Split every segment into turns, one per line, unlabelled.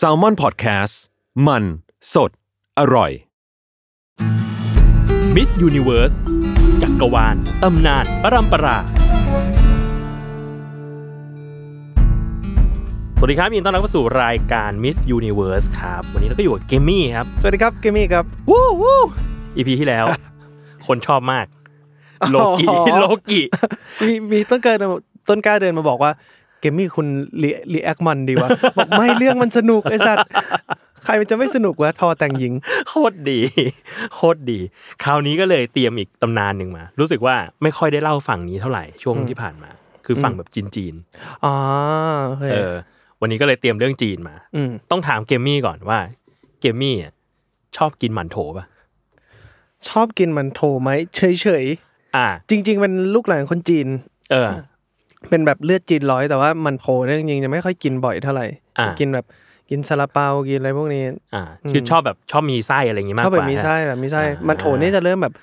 s a l m o n PODCAST มันสดอร่อย
มิสยูนิเวิร์สจักรวาล ตำนาน ปรัมปรา สวัสดีครับยินดีต้อนรับเข้าสู่รายการมิสยูนิเวิร์สครับ วันนี้เราก็อยู่กับเกมมี่ครับ
สวัสดีครับเกมมี่ครับ
วู้วู้อีพีที่แล้ว คนชอบมาก โล กิ
อ๋อ
โลกิ
มีมีต้นกล้าเดินมาต้นกล้าเดินมาบอกว่าเกมมี่คุณรีแอคมันดีวะบอกไม่เรื่องมันสนุกไอ้สัตว์ ใครมันจะไม่สนุกวะทอแต่งหญิง
โคตรดี โคตรดี คราวนี้ก็เลยเตรียมอีกตำนานหนึ่งมา รู้สึกว่าไม่ค่อยได้เล่าฝั่งนี้เท่าไหร่ช่วงที่ผ่านมา คือฝั่งแบบจีน
อ๋อ
ๆ
เฮ้ย
เออ วันนี้ก็เลยเตรียมเรื่องจีนมา
อืม
ต้องถามเกมมี่ก่อนว่าเกมมี่อะชอบกินหมันโถป่ะ
ชอบกินมันโถไหมเฉยเฉย
อ่า
ๆ จริง ๆ เป็นลูกหลานคนจีน
เออ
เป็นแบบเลือดจีนร้อยแต่ว่ามันโถเนี่ยจริงๆจะไม่ค่อยกินบ่อยเท่าไหร่
อ่า
กินแบบกินซาลาเปากินอะไรพวกนี้
อ่า คือชอบแบบชอบมีไส้อะไรอย่างงี้มา
ช
ก
อบ
ก
แบบ
ว่า
มีไส้
ฮะ
แบบมีไส้
อ่ามั
มันโถนี่จะเริ่มแบบ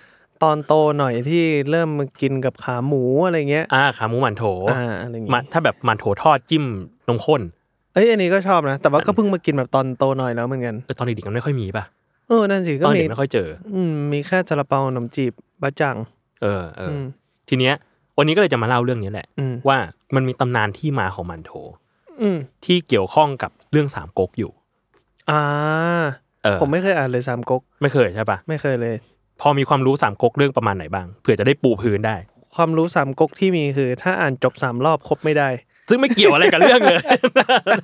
ตอนโตหน่อยที่เริ่มมากินกับขาหมูอะไรเงี้ย
อ่าขาหมูหมันโถ
อ่าอะไรเงี้ย
มันถ้าแบบหมันโถทอดจิ้มนมข้น
เอ้ยอันนี้ก็ชอบนะ แต่ว่าก็เพิ่งมากินแบบตอนโตหน่อยแล้วเหมือนกัน
เออตอนเด็กๆมันไม่ค่อยมีป่ะ
เออนั่นสิก็
ตอน
มี
เด็กไม่ค่อยเจอ
อืมมีแค่ซาลาเปาขนมจีบบะจัง
เออเออ
อื
อ
ม
ทีเนี้ย วันนี้ก็เลยจะมาเล่าเรื่องนี้แหละ
อืม
ว่ามันมีตำนานที่มาของหมันโถ
อืม
ที่เกี่ยวข้องกับเรื่องสามก๊กอยู่
อ่า
เออ
ผมไม่เคยอ่านเลยสามก๊ก
ไม่เคยใช่ป่ะ
ไม่เคยเลย
พอมีความรู้สามก๊กเรื่องประมาณไหนบ้างเผื่อจะได้ปูพื้นได้
ความรู้สามก๊กที่มีคือ ถ้าอ่านจบสามรอบครบไม่ได้
ซึ่งไม่เกี่ยวอะไรกับเรื่องเลย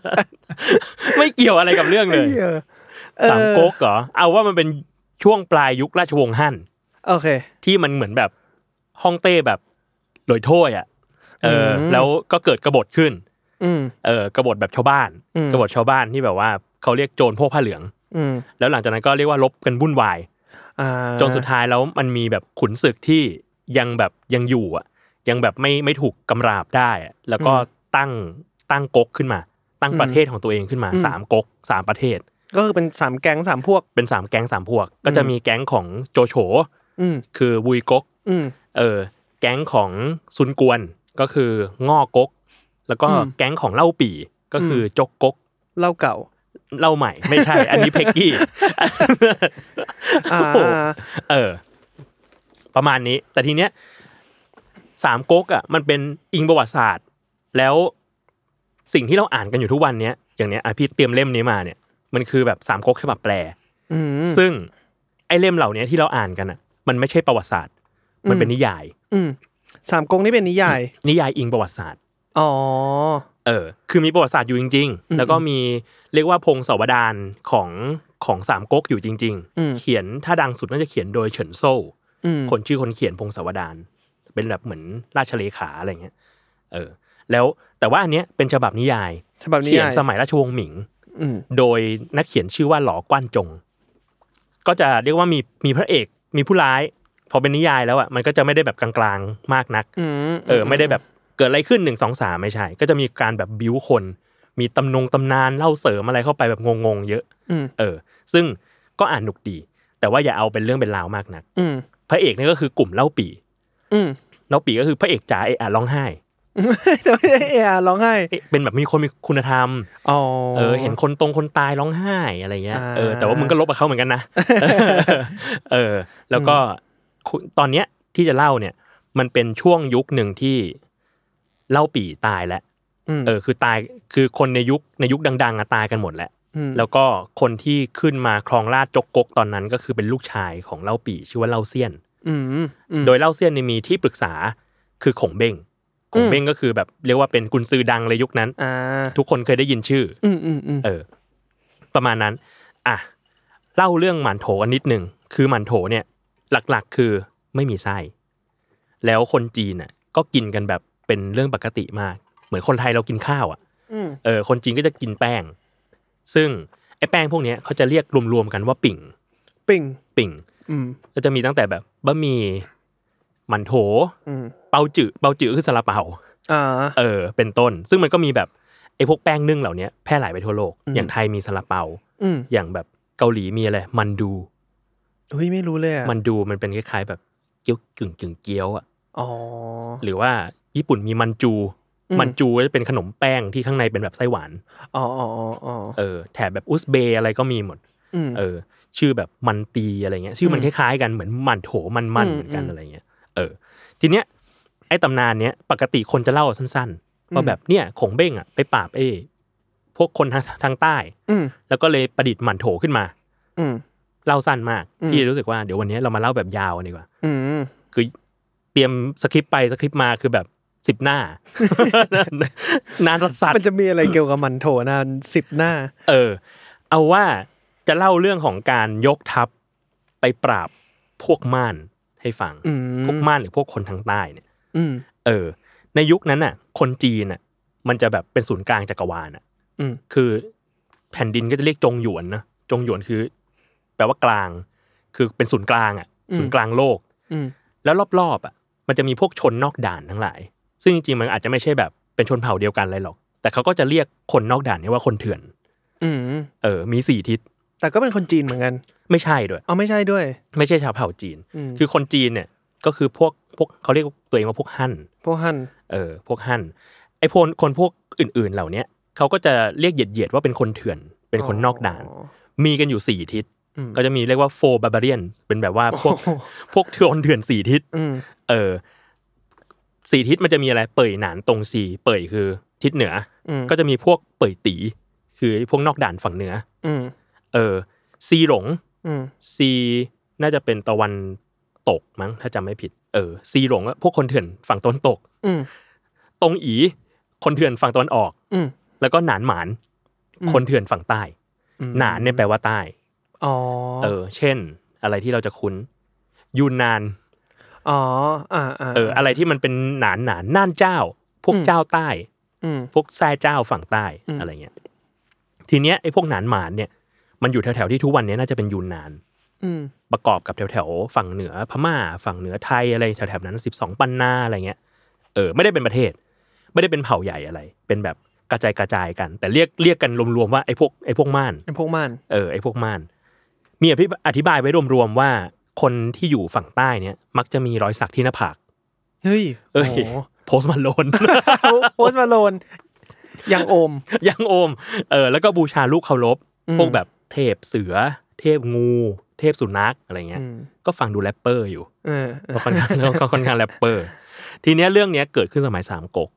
ไม่เกี่ยวอะไรกับเรื่องเลย
เออ
สามก๊กเหรอ เอาว่ามันเป็นช่วงปลายยุคราชวงศ์ฮั่น
โอเค
ที่มันเหมือนแบบฮ่องเต้แบบหลอยโถ้ยอ่ะ เอออ
ม
แล้วก็เกิดกบฏขึ้น
อืม
เออกบฏแบบชาวบ้าน
อืม
กบฏชาวบ้านที่แบบว่าเขาเรียกโจรพวกผ้าเหลือง
อืม
แล้วหลังจากนั้นก็เรียกว่าลบกันวุ่นวาย
อ่า
จนสุดท้ายแล้วมันมีแบบขุนศึกที่ยังแบบยังอยู่อ่ะ ยังแบบไม่ไม่ถูกกำราบได้อะแล้วก็ตั้งตั้งก๊กขึ้นมา ตั้งประเทศของตัวเองขึ้นมาสามก๊กสามประเทศ
ก็คือเป็นสามแก๊งสามพวก
เป็นสามแก๊งสามพวก ก็จะมีแก๊งของโจโฉ
อืม
คือวุยก๊ก
อืม
เออแก๊งของซุนกวนก็คือง่อก๊กแล้วก็
อืม
แก๊งของเล่าปี่ก็คือจกก๊ก
เล่าเก่า
เล่าใหม่ ไม่ใช่ อันนี้เพ็ก กี้
อ่า
เออ ประมาณนี้ แต่ทีเนี้ยสามก๊กอ่ะ มันเป็นอิงประวัติศาสตร์ แล้วสิ่งที่เราอ่านกันอยู่ทุกวันเนี้ยอย่างเนี้ยอ่ะพี่เตรียมเล่มนี้มาเนี่ย มันคือแบบสามก๊กฉบับแปล
อืม
ซึ่งไอเล่มเหล่านี้ที่เราอ่านกันอ่ะ มันไม่ใช่ประวัติศาสตร์ มันเป็นนิยาย
อืมสามก๊กนี่เป็นนิยาย
นิยายอิงประวัติศาสตร์
อ๋อ
เออ คือมีประวัติศาสตร์อยู่จริง ๆ แล้วก็มีเรียกว่าพงศาวดารของของสามก๊กอยู่จริง
อืม
ๆ เขียนถ้าดังสุดน่าจะเขียนโดยเฉินโซ่
อืม
คนชื่อคนเขียนพงศาวดารเป็นแบบเหมือนราชเลขาอะไรเงี้ย เออ แล้วแต่ว่าอันเนี้ยเป็นฉบับนิยาย
ฉบับนิ
เขียน
ยาย
สมัยราชวงศ์หมิง
อืม
โดยนักเขียนชื่อว่าหลอกว้านจง ก็จะเรียกว่ามีมีพระเอกมีผู้ร้าย พอเป็นนิยายแล้วอ่ะมันก็จะไม่ได้แบบกลางๆมากนัก
อืม
เออไม่ได้แบบเกิดอะไรขึ้นหนึ่งสองสามไม่ใช่ ก็จะมีการแบบบิ้วคน มีตำนงตำนานเล่าเสริมอะไรเข้าไปแบบงงๆเยอะ
อืม
เออ ซึ่งก็อ่านหนุกดี แต่ว่าอย่าเอาเป็นเรื่องเป็นราวมากนัก
อืม
พระเอกเนี่ยก็คือกลุ่มเล่าปี่
อืม
เล่าปีก็คือพระเอกจ๋าเอะอะร้องไห้
เดี๋ยวเออาร้องไห้
เอ๊ะเป็นแบบมีคนมีคุณธรรม
อ๋อ
เออ เห็นคนตรงคนตายร้องไห้อะไรเงี้ย
อ่า
เออ แต่ว่ามึงก็ลบกับเขาเหมือนกันนะ เออ แล้วก็คุณตอนเนี้ยที่จะเล่าเนี่ย มันเป็นช่วงยุคหนึ่งที่เล่าปีตายแล้ว
ม
เออ คือตาย คือคนในยุคในยุคดัง ๆอะตายกันหมดแล้ว
ม
แล้วก็คนที่ขึ้นมาครองราชย์จกกกตอนนั้นก็คือเป็นลูกชายของเล่าปีชื่อว่าเล่าเซียน
อืมอืม
โดยเล่าเซียนเนี่ยมีที่ปรึกษาคือขงเบ้งข
อื
ง
ม
เบ้งก็คือแบบเรียกว่าเป็นกุนซือดังเลยยุคนั้น
อ่า
ทุกคนเคยได้ยินชื่อ
อืมอืมอืม
เออ ประมาณนั้น อ่ะ เล่าเรื่องหมันโถกันนิดหนึ่งคือหมันโถเนี่ย หลักๆคือไม่มีไส้ แล้วคนจีนน่ะก็กินกันแบบเป็นเรื่องปกติมาก เหมือนคนไทยเรากินข้าวอ่ะ
อืม
เออคนจีนก็จะกินแป้ง ซึ่งไอ้แป้งพวกเนี้ยเขาจะเรียกรวมๆกันว่าปิ่ง
ปิ่ง
ปิ่ง
อืม
ก็จะมีตั้งแต่แบบบะหมี่หมันโถ
อืม
เปาจือเปาจือคือซาลาเปา
อ่า
เออ เป็นต้น ซึ่งมันก็มีแบบไอ้พวกแป้งนึ่งเหล่าเนี้ยแพร่หลายไปทั่วโลก
อืม
อย่างไทยมีซาลาเปา
อืม
อย่างแบบเกาหลีมีอะไร มันดู
เฮ้ยไม่รู้เลยอะ
มันดูมันเป็นคล้ายๆแบบเกี๊ยวกึ่งกึ่งเกี๊ยวอ่ะ
อ๋อ
หรือว่าญี่ปุ่นมีมันจู
อืม
มันจูก็จะเป็นขนมแป้งที่ข้างในเป็นแบบไส้หวาน
อ๋ออ๋ออ๋ออ๋อ
เออ แถบแบบอุซเบย์อะไรก็มีหมด
อืม
เออ ชื่อแบบมันตีอะไรเงี้ย ชื่อมัน
อื
ค
ม
ล้ายๆกันเหมือนมันโถมันมัน
อืม
เหมือนกัน
อืม
อะไรเงี้ย เออ ทีเนี้ยไอ้ตำนานเนี้ยปกติคนจะเล่าสั้นๆว่า
อืม
แบบเนี่ยของเบ้งอ่ะไปปราบเอ้พวกคนทางทางใต้
อืม
แล้วก็เลยประดิษฐ์หมันโถขึ้นมา
อืม
เล่าสั้นมาก
อืม
พี่รู้สึกว่าเดี๋ยววันนี้เรามาเล่าแบบยาวดีกว่า
อืม
คือเตรียมสคริปต์ไปสคริปต์มาคือแบบสิบหน้า นานสัส
มันจะมีอะไรเกี่ยวกับมันโถนานสิบหน้า
ๆเออ เอาว่าจะเล่าเรื่องของการยกทัพไปปราบพวกม่านให้ฟัง
อืม
พวกม่านหรือพวกคนทางใต้เนี่ย
อืม
เออ ในยุคนั้นน่ะ คนจีนน่ะ มันจะแบบเป็นศูนย์กลางจักรวาลน่ะ
อืม
คือแผ่นดินก็จะเรียกจงหยวนนะจงหยวนคือ แปลว่ากลาง คือเป็นศูนย์กลางอ่ะ
อืม
ศูนย์กลางโลก
อืม
แล้วรอบๆอ่ะ มันจะมีพวกชนนอกด่านทั้งหลาย ซึ่งจริงๆมันอาจจะไม่ใช่แบบเป็นชนเผ่าเดียวกันอะไรหรอก แต่เขาก็จะเรียกคนนอกด่านเนี่ยว่าคนเถื่อน
อืม
เออ มีสี่ทิศ
แต่ก็เป็นคนจีนเหมือนกัน
ไม่ใช่ด้วย
เอาไม่ใช่ด้วย
ไม่ใช่ชาวเผ่าจีน
อืม
คือคนจีนเนี่ย ก็คือพวกพวกเขาเรียกตัวเองว่าพวกฮั่น
พวกฮั่น
เออ พวกฮั่น ไอ้พวกคนพวกอื่น ๆ เหล่าเนี้ยเขาก็จะเรียกเหยียดๆว่าเป็นคนเถื่อน เป็นคนนอกด่าน มีกันอยู่สี่ทิศ
อืม
ก็จะมีเรียกว่าโฟบาบาเรียน เป็นแบบว่าพวกพวกเถื่อนเถื่อนสี่ทิศ
อืม
เออสี่ทิศมันจะมีอะไร เป่ยหนานตรงซี เป่ยคือทิศเหนืออ
ม
ก็จะมีพวกเป่ยตี คือพวกนอกด่านฝั่งเหนือ
อืม
เออ ซีหลง
อืม
ซีน่าจะเป็นตะวันตกมั้ง ถ้าจำไม่ผิด เออ ซีหลงอะพวกคนเถื่อนฝั่งตะวันตก
อืม
ตรงอี คนเถื่อนฝั่งตะวันออก
อืม
แล้วก็หนานหมาน คนเถื่อนฝั่งใต้
อืม
หนานเนี่ยแปลว่าใต้
อ๋อ
เออ เช่น อะไรที่เราจะคุ้น ยูนนาน
อ๋อ อ่าอ่า
เออ อะไรที่มันเป็นหนานหนานน่านเจ้า พวกเจ้าใต้
อืม
พวกแซ่เจ้าฝั่งใต้
อืม
อะไรเงี้ย ทีเนี้ยไอ้พวกหนานหมานเนี่ย มันอยู่แถวๆที่ทุกวันเนี้ยน่าจะเป็นยูนนาน
อืม
ประกอบกับแถวๆฝั่งเหนือพม่า ฝั่งเหนือไทยอะไรแถวๆนั้นสิบสองปันนาอะไรเงี้ย เออ ไม่ได้เป็นประเทศ ไม่ได้เป็นเผ่าใหญ่อะไร เป็นแบบกระจายกระจายๆกัน แต่เรียกเรียกกันรวมๆว่าไอ้พวกไอ้พวกม่าน
ไอ้พวกมัน
เออไอ้พวกม่าน มีอภิอธิบายไว้รวมๆว่า คนที่อยู่ฝั่งใต้เนี่ย มักจะมีรอยสักที่หน้าผาก
เฮ้ย
เอ้ย
โโห
โพสต์มาโลน
โพสต์มาโลน ยังโอม
ยังโอม เออ แล้วก็บูชารูปเคารพ
อืม
พวกแบบเทพเสือ เทพงู เทพสุนัขอะไรเงี้ย
อืม
ก็ฟังดูแรปเปอร์อยู่
เออเออ
ก็ค่อนข้าง ก็ค่อนข้างแรปเปอร์ ทีเนี้ยเรื่องเนี้ยเกิดขึ้นสมัยสามก๊ก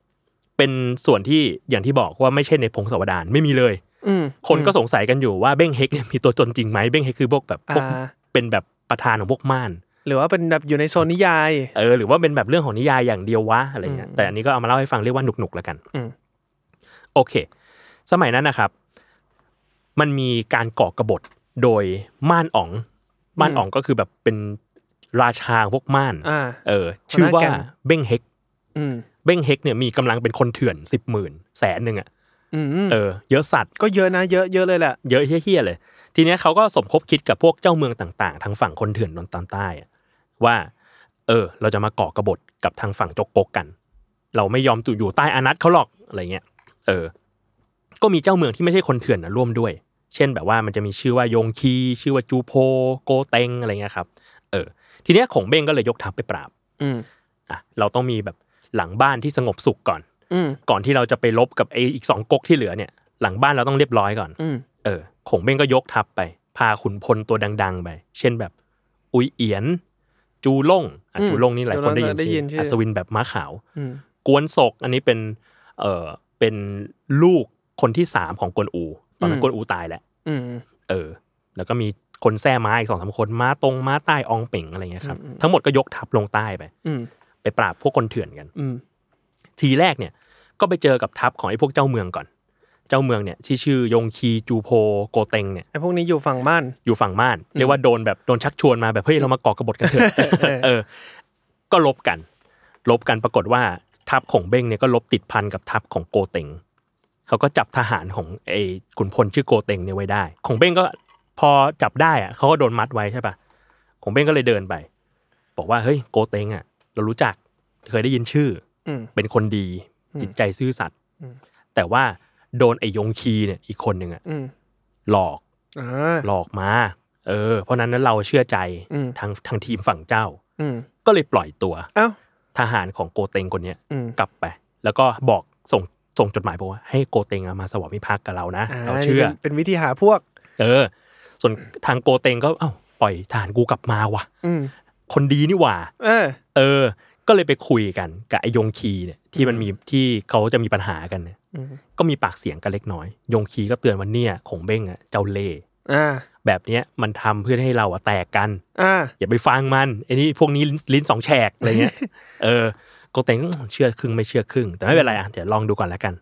เป็นส่วนที่อย่างที่บอกว่าไม่ใช่ในพงศาวดารไม่มีเลย
อืม
คนก็สงสัยกันอยู่ว่าเบ้งเฮกเนี่ยมีตัวตนจริงไหมเบ้งเฮกคือพวกแบบพวก
อ่า
เป็นแบบประธานของพวกม่าน
หรือว่าเป็นแบบอยู่ในโซนนิยาย
เออหรือว่าเป็นแบบเรื่องของนิยายอย่างเดียววะอะไรเงี้ย
อืม
แต่อันนี้ก็เอามาเล่าให้ฟังเรียกว่าหนุกๆแล้วกัน
อืม
โอเค สมัยนั้นนะครับ มันมีการก่อกบฏโดยม่านอ๋อง ม่านอ๋องก็คือแบบเป็นราชาพวกม่าน
อ่า
เออ ชื่อว่า
หัวหน้าแก๊ง
เบ้งเฮก
อืม
เบ้งเฮกเนี่ยมีกำลังเป็นคนเถื่อนสิบหมื่นแสนหนึ่งอ่ะ
อืม
เออเยอะสัตว์
ก็เยอะนะ เยอะเยอะเลยแหละ
เยอะเฮี้ยๆเลย ทีเนี้ยเขาก็สมคบคิดกับพวกเจ้าเมืองต่างๆ ทางฝั่งคนเถื่อนตอนใต้อะว่า เออ เราจะมาก่อกบฏกับทางฝั่งจกกกกัน เราไม่ยอมตุอยู่ใต้อานัตเขาหรอกอะไรเงี้ยเออ ก็มีเจ้าเมืองที่ไม่ใช่คนเถื่อนนะร่วมด้วย เช่นแบบว่ามันจะมีชื่อว่ายงคี ชื่อว่าจูโพโกเตงอะไรเงี้ยครับ เออ ทีเนี้ยของเบ้งก็เลยยกทัพไปปราบ
อืม
อ่ะเราต้องมีแบบหลังบ้านที่สงบสุขก่อน
อืม
ก่อนที่เราจะไปลบกับไออีกสองก๊กที่เหลือเนี่ย หลังบ้านเราต้องเรียบร้อยก่อน
อืม
เออขงเบ้งก็ยกทัพไป พาขุนพลตัวดัง ๆ ไป เช่นแบบ อุยเอียน จูล่งอ่ะ
อืม
จูล่งนี่หลายคนได้ยิน
ได้ยิน
ชื่
ชื่อ
อ
อั
อัศวินแบบม้าขาว
อืม
กวนศกอันนี้เป็นเออเป็นลูกคนที่สามของกวนอูตอนนั้
อื
น
ม
กวนอูตายแล้ว
อืม
เออ แล้วก็มีคนแท้ม้าอีกสองสามคนม้าตรงม้าใต้อองเป่งอะไรเงี้ยครับ
อืมอืม
ทั้งหมดก็ยกทัพลงใต้ไป
อืม
ไปปราบพวกคนเถื่อนกัน
อืม
ทีแรกเนี่ยก็ไปเจอกับทัพของไอ้พวกเจ้าเมืองก่อน เจ้าเมืองเนี่ยที่ชื่อยงคีจูโพโกเตงเนี่ย
ไอ้พวกนี้อยู่ฝั่งม่าน
อยู่ฝั่งม่าน เรียกว่าโดนแบบโดนชักชวนมาแบบเฮ้ยเรามาก่อกบฏกันเถอะ เออ ก็ลบกัน ลบกันปรากฏว่าทัพของเบ้งเนี่ยก็ลบติดพันกับทัพของโกเตง เขาก็จับทหารของไอ้ขุนพลชื่อโกเต็งเนี่ยไว้ได้ ของเบ้งก็พอจับได้อะเขาก็โดนมัดไว้ใช่ปะของเบ้งก็เลยเดินไป บอกว่าเฮ้ยโกเต็งอ่ะ เรารู้จักเคยได้ยินชื่อ
อืม
เป็นคนดี
อืม
จิตใจซื่อสัตย์
อืม
แต่ว่าโดนไอ้ยงคีเนี่ยอีกคนหนึ่งอ่ะ
อืม
หลอก
อ่า
หลอกมา เออ เพราะนั้นนั้นเราเชื่อใจ
อืม
ทางทางทีมฝั่งเจ้า
อืม
ก็เลยปล่อยตัว
เอ้า
ทหารของโกเต็งคนเนี้ย
อืม
กลับไป แล้วก็บอกส่งส่งจดหมายบอกว่าให้โกเต็งอะมาสวามิภักดิ์กับเรานะ เราเชื่อ
นนี้ป็นเป็นวิธีหาพวก
เออ ส่วนทางโกเต็งก็เอ้าปล่อยทหารกูกลับมาว่ะ
อืม
คนดีนี่หว่า
เออ
เออ ก็เลยไปคุยกันกับไอ้ยงคีเนี่ยที่มันมีที่เขาจะมีปัญหากันเนี่ย
อืม
ก็มีปากเสียงกันเล็กน้อย ยงคีก็เตือนว่าเนี่ยของเบ้งอะเจ้าเล่ห์
อ่า
แบบเนี้ยมันทำเพื่อให้เราอะแตกกัน
อ่า
อย่าไปฟังมันไอ้นี่พวกนี้ลิ้นลิ้นสองแฉกอะไร เงี้ย เออโกเต็งก็เชื่อครึ่งไม่เชื่อครึ่ง แต่ไม่เป็นไรอ่ะเดี๋ยวลองดูก่อนแล้วกัน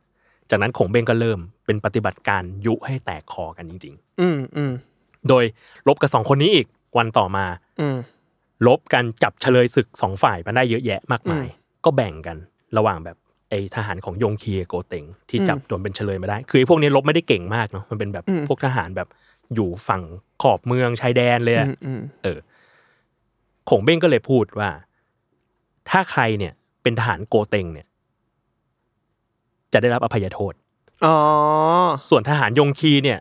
จากนั้นขงเบงก็เริ่มเป็นปฏิบัติการยุให้แตกคอกันจริง
อืมอืม
ๆ โดยลบกับสองคนนี้อีกวันต่อมา
อืม
ลบกันจับเฉลยศึกสองฝ่ายมาได้เยอะแยะมากมาย ก็แบ่งกันระหว่างแบบไอทหารของยงคีกับโกเต็งที่
อืม
จับโดนเป็นเฉลยมาได้ คือไอ้พวกนี้ลบไม่ได้เก่งมากเนาะมันเป็นแบบ
อืม
พวกทหารแบบอยู่ฝั่งขอบเมืองชายแดนเลยอะ
อืมอืม
ขงเบ้งก็เลยพูดว่า ถ้าใครเนี่ย เป็นทหารโกเต็งเนี่ย จะได้รับอภัยโทษ
อ๋อ
ส่วนทหารยงคีเนี่ย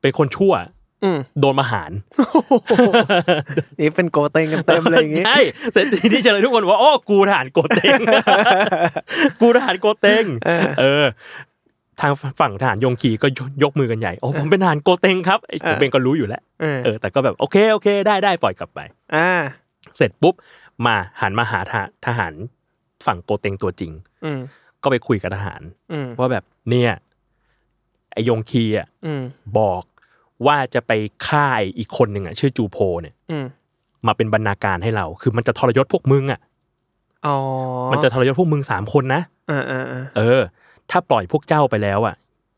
เป็นคนชั่ว
อืม
โดนประหาร
นี่เป็นโกเต็งกันเต็มเลยอย่างงี้
ใช่เสร็จทีนี้เฉลยทุกคนบอกว่าโอ้กูทหารโก เต็ง กูทหารโกเต็ง
เออ
เออ ทางฝั่งทหารยงคีก็ยกยกมือกันใหญ่โอ้ผมเป็นทหารโกเต็งครับไอ้ผมเบงก็รู้อยู่แล้ว
เออ
เออแต่ก็แบบโอเคโอเค ได้ได้ปล่อยกลับไป
อ่า
เสร็จปุ๊บ มาหันมาหาทหารทหารฝั่งโกเต็งตัวจริง
อืม
ก็ไปคุยกับทหาร
อืม
ว่าแบบเนี่ยไอยงคีอ่ะ
อืม
บอกว่าจะไปฆ่าไอ้อีกคนหนึ่งอ่ะชื่อจูโพเนี่ย
อืม
มาเป็นบรรณาการให้เรา คือมันจะทรยศพวกมึงอ่ะ
อ๋อ
มันจะทรยศพวกมึงสามคนนะ
อ่าอ่าอ่า
เออ ถ้าปล่อยพวกเจ้าไปแล้วอ่ะ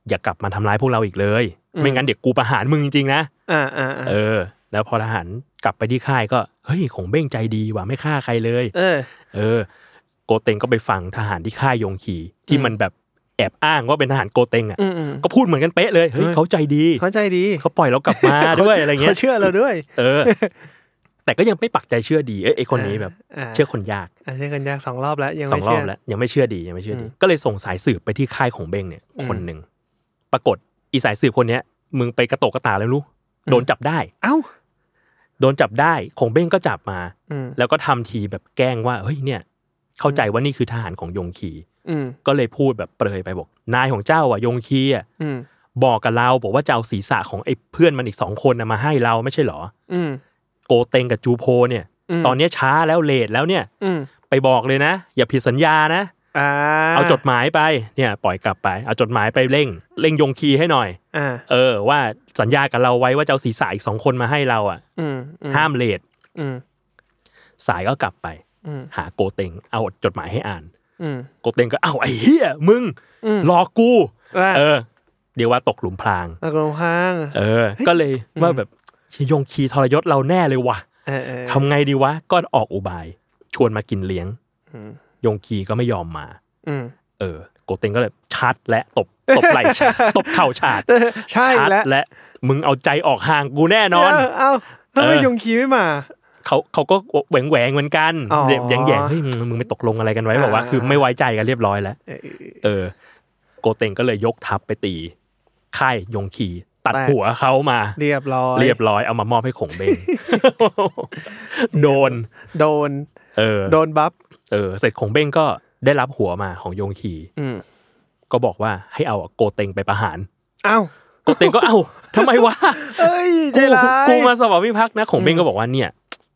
อย่ากลับมาทำร้ายพวกเราอีกเลย
อืม
ไม่งั้นเดี๋ยวกูประหารมึงจริงๆนะ
อ่าอ่าอ่า
เออ แล้วพอทหารกลับไปที่ค่ายก็เฮ้ยของเบ้งใจดีว่ะไม่ฆ่าใครเลย
เออ
เออ โกเต็งก็ไปฟังทหารที่ค่ายยงคีที่มันแบบแอบอ้างว่าเป็นทหารโกเต็งอ่ะ
อืมอืม
ก็พูดเหมือนกันเป๊ะเลย เฮ้ย
เฮ้ย
เขาใจดี
เข้าใจดี
เขาปล่อยเรากลับมาด้วยอะไรเงี้ย
เขาเชื่อเราด้วย
เออ แต่ก็ยังไม่ปักใจเชื่อดี เอ้ยไอคนนี้แบบ
า
เชื่อคนยาก
อ่าเชื่อคนยากสองรอบแล้ว ยัง
สอ
ไม่
งรอ
เชื่
บ
อ
แล้ว ยังไม่เชื่อดียังไม่เชื่อดี
อืม
ก็เลยส่งสายสืบไปที่ค่ายของเบงเนี่ยคนหนึ่ง ปรากฏอีสายสืบคนเนี้ย มึงไปกระโตกกระตาแล้วรู้
อืม
โดนจับได้
เอ้า
โดนจับได้ของเบงก็จับมา
อืม
แล้วก็ทำทีแบบแกล้งว่าเฮ้ยเนี่ย เข้าใจว่านี่คือทหารของยงคี
อืม
ก็เลยพูดแบบเปรยไปบอก นายของเจ้าอ่ะยงคีอ่ะ
อืม
บอกกับเราบอกว่าจะเอาศีรษะของไอ้เพื่อนมันอีกสองคนนะมาให้เราไม่ใช่เหรอ
อืม
โกเต็งกับจูโพเนี่ย
ม
ตอนเนี้ยช้าแล้วเลทแล้วเนี่ย
อืม
ไปบอกเลยนะ อย่าผิดสัญญานะ
อ่า
เอาจดหมายไปเนี่ยปล่อยกลับไป เอาจดหมายไปเร่งเร่งยงคีให้หน่อย
อ่า
เออ ว่าสัญญากับเราไว้ว่าจะเอาศีรษะอีกสองคนมาให้เราอ่ะ
อืมอื
ห้ามเลท
อืม
สายก็กลับไป
อืม
หาโกเต็งเอาจดหมายให้อ่าน
อืม
โกเต็งก็เอ้าไอ้เหี้ยมึง
อืม
หลอกกู
ว่า
เออ เดี๋ยวว่าตกหลุมพราง
นักลงพาง
เออ ก็เลยว่าแบบยงคีทรยศเราแน่เลยว่ะ
เออเออ
ทำไงดีวะ ก็ออกอุบาย ชวนมากินเลี้ยง
อืม
ยงคีก็ไม่ยอมมา
อืม
เออ โกเต็งก็เลยชัดและตบตบไหล่ฉาด ตบเข่าฉาด
ใช่
ชัด
แล้ว
และมึงเอาใจออกห่างกูแน่นอน
เเอ้าทำไม
เออ
ยงคีไม่มา
เขาเขาก็แหวงแหวงๆเหมือนกัน
อ๋อ
แยงแยงๆเฮ้ยมึงมึงไม่ตกลงอะไรกันไว้บอกว่า
อ่า
คือไม่ไว้ใจกันเรียบร้อยแล้ว
เออ
เออ โกเต็งก็เลยยกทัพไปตีค่ายยงคีตัด
แตก
หัวเขามา
เรียบร้อย
เรียบร้อยเอามามอบให้ขงเบ ง โดน
โดน
เออ
โดนบัฟ
เออเสร็จของเบ้งก็ได้รับหัวมาของโยงคี
อืม
ก็บอกว่าให้เอาโกเต็งไปประหาร
เอ้า
โกเต็งก็ เอ้าทำไมวะ
เอ้ยใจ
กู
ร้าย
กูมาสวามิภักดิ์นะของเบ้งก็บอกว่าเนี่ย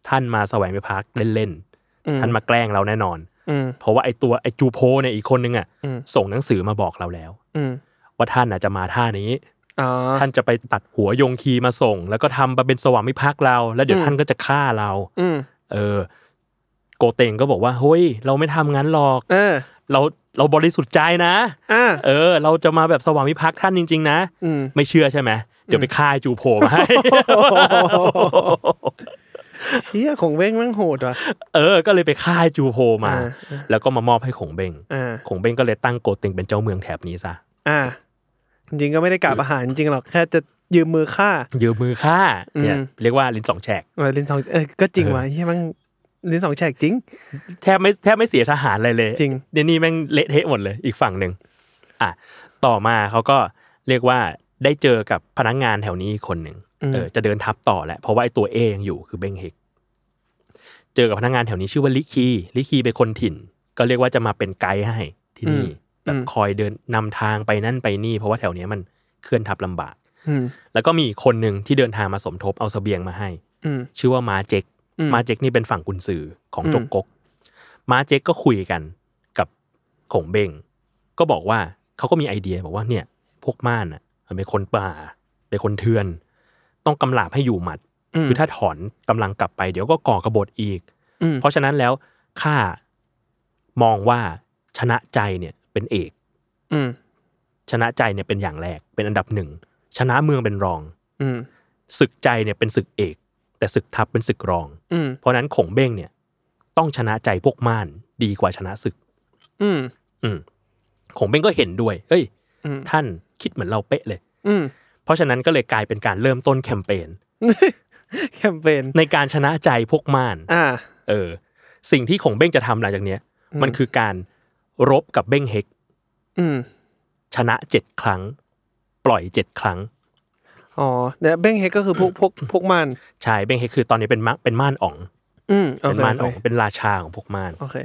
ท่านมาแสวงมิภักดิ์เล่น
อื
ๆท่านมาแกล้งเราแน่นอน
อืม
เพราะว่าไอตัวไอจูโพเนี่ยอีกคนนึงอ่ะ
อืม
ส่งหนังสือมาบอกเราแล้ว
อืม
ว่าท่านอาจจะมาท่านี้
อ๋อ
ท่านจะไปตัดหัวโยงคีมาส่ง แล้วก็ทำมาเป็นสวามิภักดิ์เรา แล้วเดี๋ยว
อืม
ท่านก็จะฆ่าเรา
อืม
เออ โกเต็งก็บอกว่าเฮ้ยเราไม่ทำงั้นหรอก
เออ
เราเราบริสุทธิ์ใจนะ
อ่า
เออ เราจะมาแบบสว่างวิพักษ์ท่านจริง ๆ นะ
อืม
ไม่เชื่อใช่ไหมเดี๋ยวไปฆ่าไอ้จูโผล่มา ให้
เชี่ยของเบ้งแม่งโหดว่ะ
เออ ก็เลยไปฆ่าไอ้จูโผล่มา
อ่า
แล้วก็มามอบให้ขงเบง
อ่า
ขงเบงก็เลยตั้งโกเต็งเป็นเจ้าเมืองแถบนี้ซะ
อ่า จริงๆก็ไม่ได้กราบอาหารจริงหรอกแค่จะยืมมือฆ่า
ยืมมือฆ่าเนี่ย
อืม
เรียกว่าลิ้นสองแฉก
เออลิ้นสองเออก็จริง
เออ
ว่ะเฮียแมังลิ้นสองแฉกจริง
แทบไม่แทบไม่เสียทหารอะไรเลย
จริง
เดยวนี่แม่งเละเทะหมดเลยอีกฝั่งหนึ่งอ่ะต่อมาเขาก็เรียกว่าได้เจอกับพนักงานแถวนี้อีกคนหนึ่ง
อืม
เออจะเดินทับต่อแหละเพราะว่าไอ้ตัวเอยังอยู่คือเบงเฮกเจอกับพนักงานแถวนี้ชื่อว่าลิคีลิคีเป็นคนถิ่น ก็เรียกว่าจะมาเป็นไกด์ให้ที่นี่แบบคอยเดินนำทางไปนั่นไปนี่ เพราะว่าแถวเนี้ยมันเคลื่อนทับลำบาก
อืม
แล้วก็มีอีกคนหนึ่งที่เดินทางมาสมทบเอาเสบียงมาให้
อืม
ชื่อว่ามาเจ็ก
อืม
มาเจ็กนี่เป็นฝั่งกุนซือของ
อืม
จกกก มาเจ็กก็คุยกันกับขงเบง ก็บอกว่าเขาก็มีไอเดียบอกว่าเนี่ย พวกม่านอ่ะมันเป็นคนป่าเป็นคนเทือน ต้องกำลาบให้อยู่หมัด
ม
คือถ้าถอนกำลังกลับไปเดี๋ยวก็ก่อกบฏอีก
อืม
เพราะฉะนั้นแล้วข้ามองว่าชนะใจเนี่ยเป็นเอก
อืม
ชนะใจเนี่ยเป็นอย่างแรกเป็นอันดับหนึ่งชนะเมืองเป็นรอง
อืม
ศึกใจเนี่ยเป็นศึกเอก แต่ศึกทัพเป็นศึกรอง
อืม
เพราะฉะนั้นขงเบ้งเนี่ย ต้องชนะใจพวกม่านดีกว่าชนะศึก
อืม
อืมขงเบ้งก็เห็นด้วย เอ้ย
อืม
ท่านคิดเหมือนเราเป๊ะเลย
อืม
เพราะฉะนั้นก็เลยกลายเป็นการเริ่มต้นแคมเปญ
แคมเปญ
ในการชนะใจพวกม่าน
อ่า
เออ สิ่งที่ขงเบ้งจะทำหลังจากเนี้ย
อืม
มันคือการรบกับเบ้งเฮก
อืม
ชนะเจ็ดครั้ง ปล่อยเจ็ดครั้ง
อ๋อเนี่ยเบ้งเฮกก็คือพวกพวกพวกมัน
ใช่เบ้งเฮกคือตอนนี้เป็นมะเป็นม่านอ่อง
อืมโอ
เป็น
เค
ม่านอ่
โอ
อง
เค
เป็นราชาของพวกม่าน
โอเค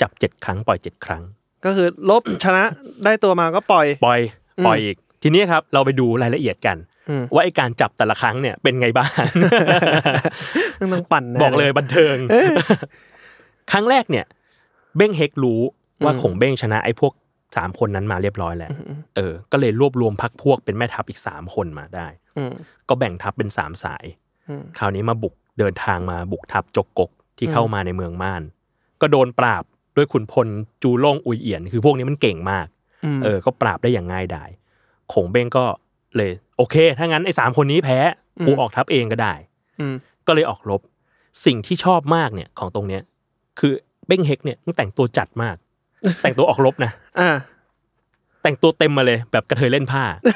จับเจ็ดครั้งปล่อยเจ็ดครั้ง
ก็คือลบชนะได้ตัวมาก็ปล่อย
ปล่อย
อืม
ปล่อยอีก ทีนี้ครับ เราไปดูรายละเอียดกัน
อืม
ว่าไอการจับแต่ละครั้งเนี่ยเป็นไงบ้าง
ต้องปั่นแน่
บอกเลยบันเทิง ครั้งแรกเนี่ย เบ้งเฮกรู้ว่า
อืม
ขงเบ้งชนะไอ้พวกสามคนนั้นมาเรียบร้อยแล้ว เออ ก็เลยรวบรวมพักพวกเป็นแม่ทัพอีกสามคนมาได้
อืม
ก็แบ่งทัพเป็นสามสาย
อืม
คราวนี้มาบุกเดินทางมาบุกทัพจกกกที่
อืม
เข้ามาในเมืองม่าน ก็โดนปราบด้วยขุนพลจูล่งอุยเอียน คือพวกนี้มันเก่งมาก
อืม
เออ ก็ปราบได้อย่างง่ายดายขงเบ้งก็เลย โอเค ถ้างั้นไอ้สามคนนี้แพ้ กูออกทัพเองก็ได้
ม
ก็เลยออกรบ สิ่งที่ชอบมากเนี่ยของตรงเนี้ย คือเบ้งเฮกเนี่ยมันแต่งตัวจัดมาก แต่งตัวออกรบนะ
อ่า
แต่งตัวเต็มมาเลยแบบกระเทยเล่นผ้า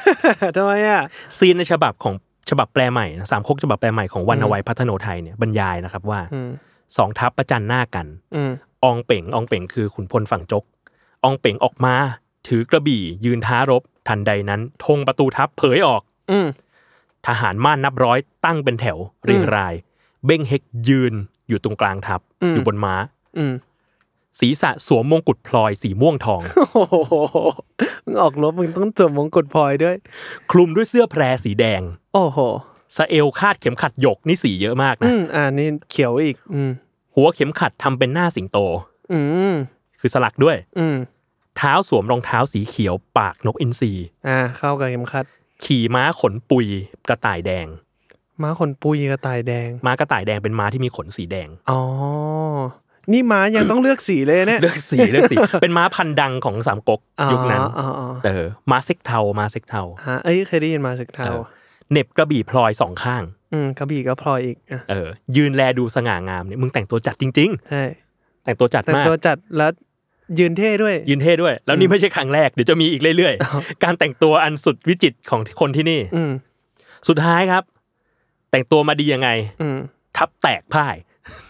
ทำไมอ่ะ
ซีนในฉบับของฉบับแปลใหม่นะสามก๊กฉบับแปลใหม่ของวรรณวัยพัฒโนไทยเนี่ยบรรยายนะครับว่า
อืม
สองทัพประจันหน้ากัน
อืม
อองเป่งอองเป่งคือขุนพลฝั่งจก อองเป่งออกมา ถือกระบี่ยืนท้ารบ ทันใดนั้นธงประตูทัพเผยออก
อืม
ทหารม่านนับร้อยตั้งเป็นแถวเรียงราย เบ้งเฮกยืนอยู่ตรงกลางทัพ
อืม
อยู่บนม้า
อืม
ศีรษะสวมมงกุฎพลอยสีม่วงท อง
โอ้โหมึงออกรบมึงต้องจวมมงกุฎพลอยด้วย
คลุมด้วยเสื้อแพรสีแดง
โอ้โห
สะเอลคาดเข็มขัดหยกนี่สีเยอะมาก
อื
นะ
มอ่านี่เขียวอีก อืม
หัวเข็มขัดทำเป็นหน้าสิงโต
อืม
คือสลักด้วย
อืม
เท้าสวมรองเท้าสีเขียวปากนกอินทรี
อ่า เข้ากับเข็มขัด
ขี่ม้าขนปุยกระต่ายแดง
ม้าขนปุยกระต่ายแดง
ม้ากระต่ายแดงเป็นม้าที่มีขนสี แดง
อ๋อ นี่ม้ายังต้องเลือกสีเลยเนี่ย
เลือกสีเลือกสี เป็นม้าพันธุ์ดังของสามก๊กยุคนั้น
อ๋ออ๋อ
เออม้าเซ็กเทาม้าเซ็กเทา
ฮะเอ้ยเคยได้ยินมาสึกเทา
เออ เหน็บกระบี่พลอยสองข้าง
อืมกระบี่ก็พลอยอีกอ่ะ
เออ ยืนแลดูสง่างามเนี่ยมึงแต่งตัวจัดจริง
ใช่
ๆ แต่งตัวจัด
แต่
มาก
ตัวจัดแล้วยืนเท่ด้วย
ยืนเท่ด้วย แล้วนี่ไม่ใช่ครั้งแรก เดี๋ยวจะมีอีกเรื่อย
อ้าว
ๆ การแต่งตัวอันสุดวิจิตรของคนที่นี่
อืม
สุดท้ายครับ แต่งตัวมาดียังไง
อืม
ทับแตกพ่าย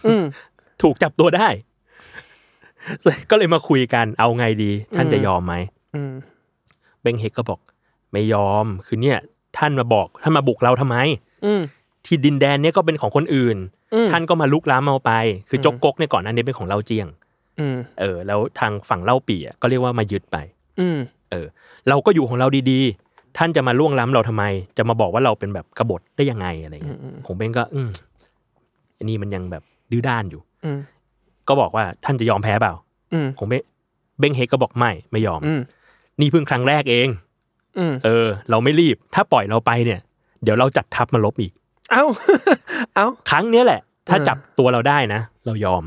อืม
ถูกจับตัวได้ ก็เลยมาคุยกันเอาไงดี ท่านจะยอมไหม
อืม
เบงเฮกก็บอก ไม่ยอม คือเนี่ย ท่านมาบอก ท่านมาบุกเราทำไม
อืม
ที่ดินแดนเนี้ยก็เป็นของคนอื่น
อืม
ท่านก็มาลุกล้ำเอาไป คือจกกกเนี่ยก่อนหนั้นนี้เป็นของเล่าเจียง
อืม
เออ แล้วทางฝั่งเล่าปี่อะก็เรียกว่ามายึดไป
อืม
เออเราก็อยู่ของเราดีๆ ท่านจะมาล่วงล้ำเราทำไม จะมาบอกว่าเราเป็นแบบกบฏได้ยังไงอะไรเงี้ยผมเบงก็อืมอันนี้มันยังแบบดื้อด้านอยู่
อืม
ก็บอกว่าท่านจะยอมแพ้เปล่า
อืม
ผมเบงเบงเฮกก็บอกไม่ไม่ยอม
อืม
นี่เพิ่งครั้งแรกเอง
อืม
เออ เราไม่รีบ ถ้าปล่อยเราไปเนี่ย เดี๋ยวเราจัดทัพมาลบอีก
เอ้า เอ้า
ครั้งเนี้ยแหละ ถ้า
เออ
จับตัวเราได้นะเรายอม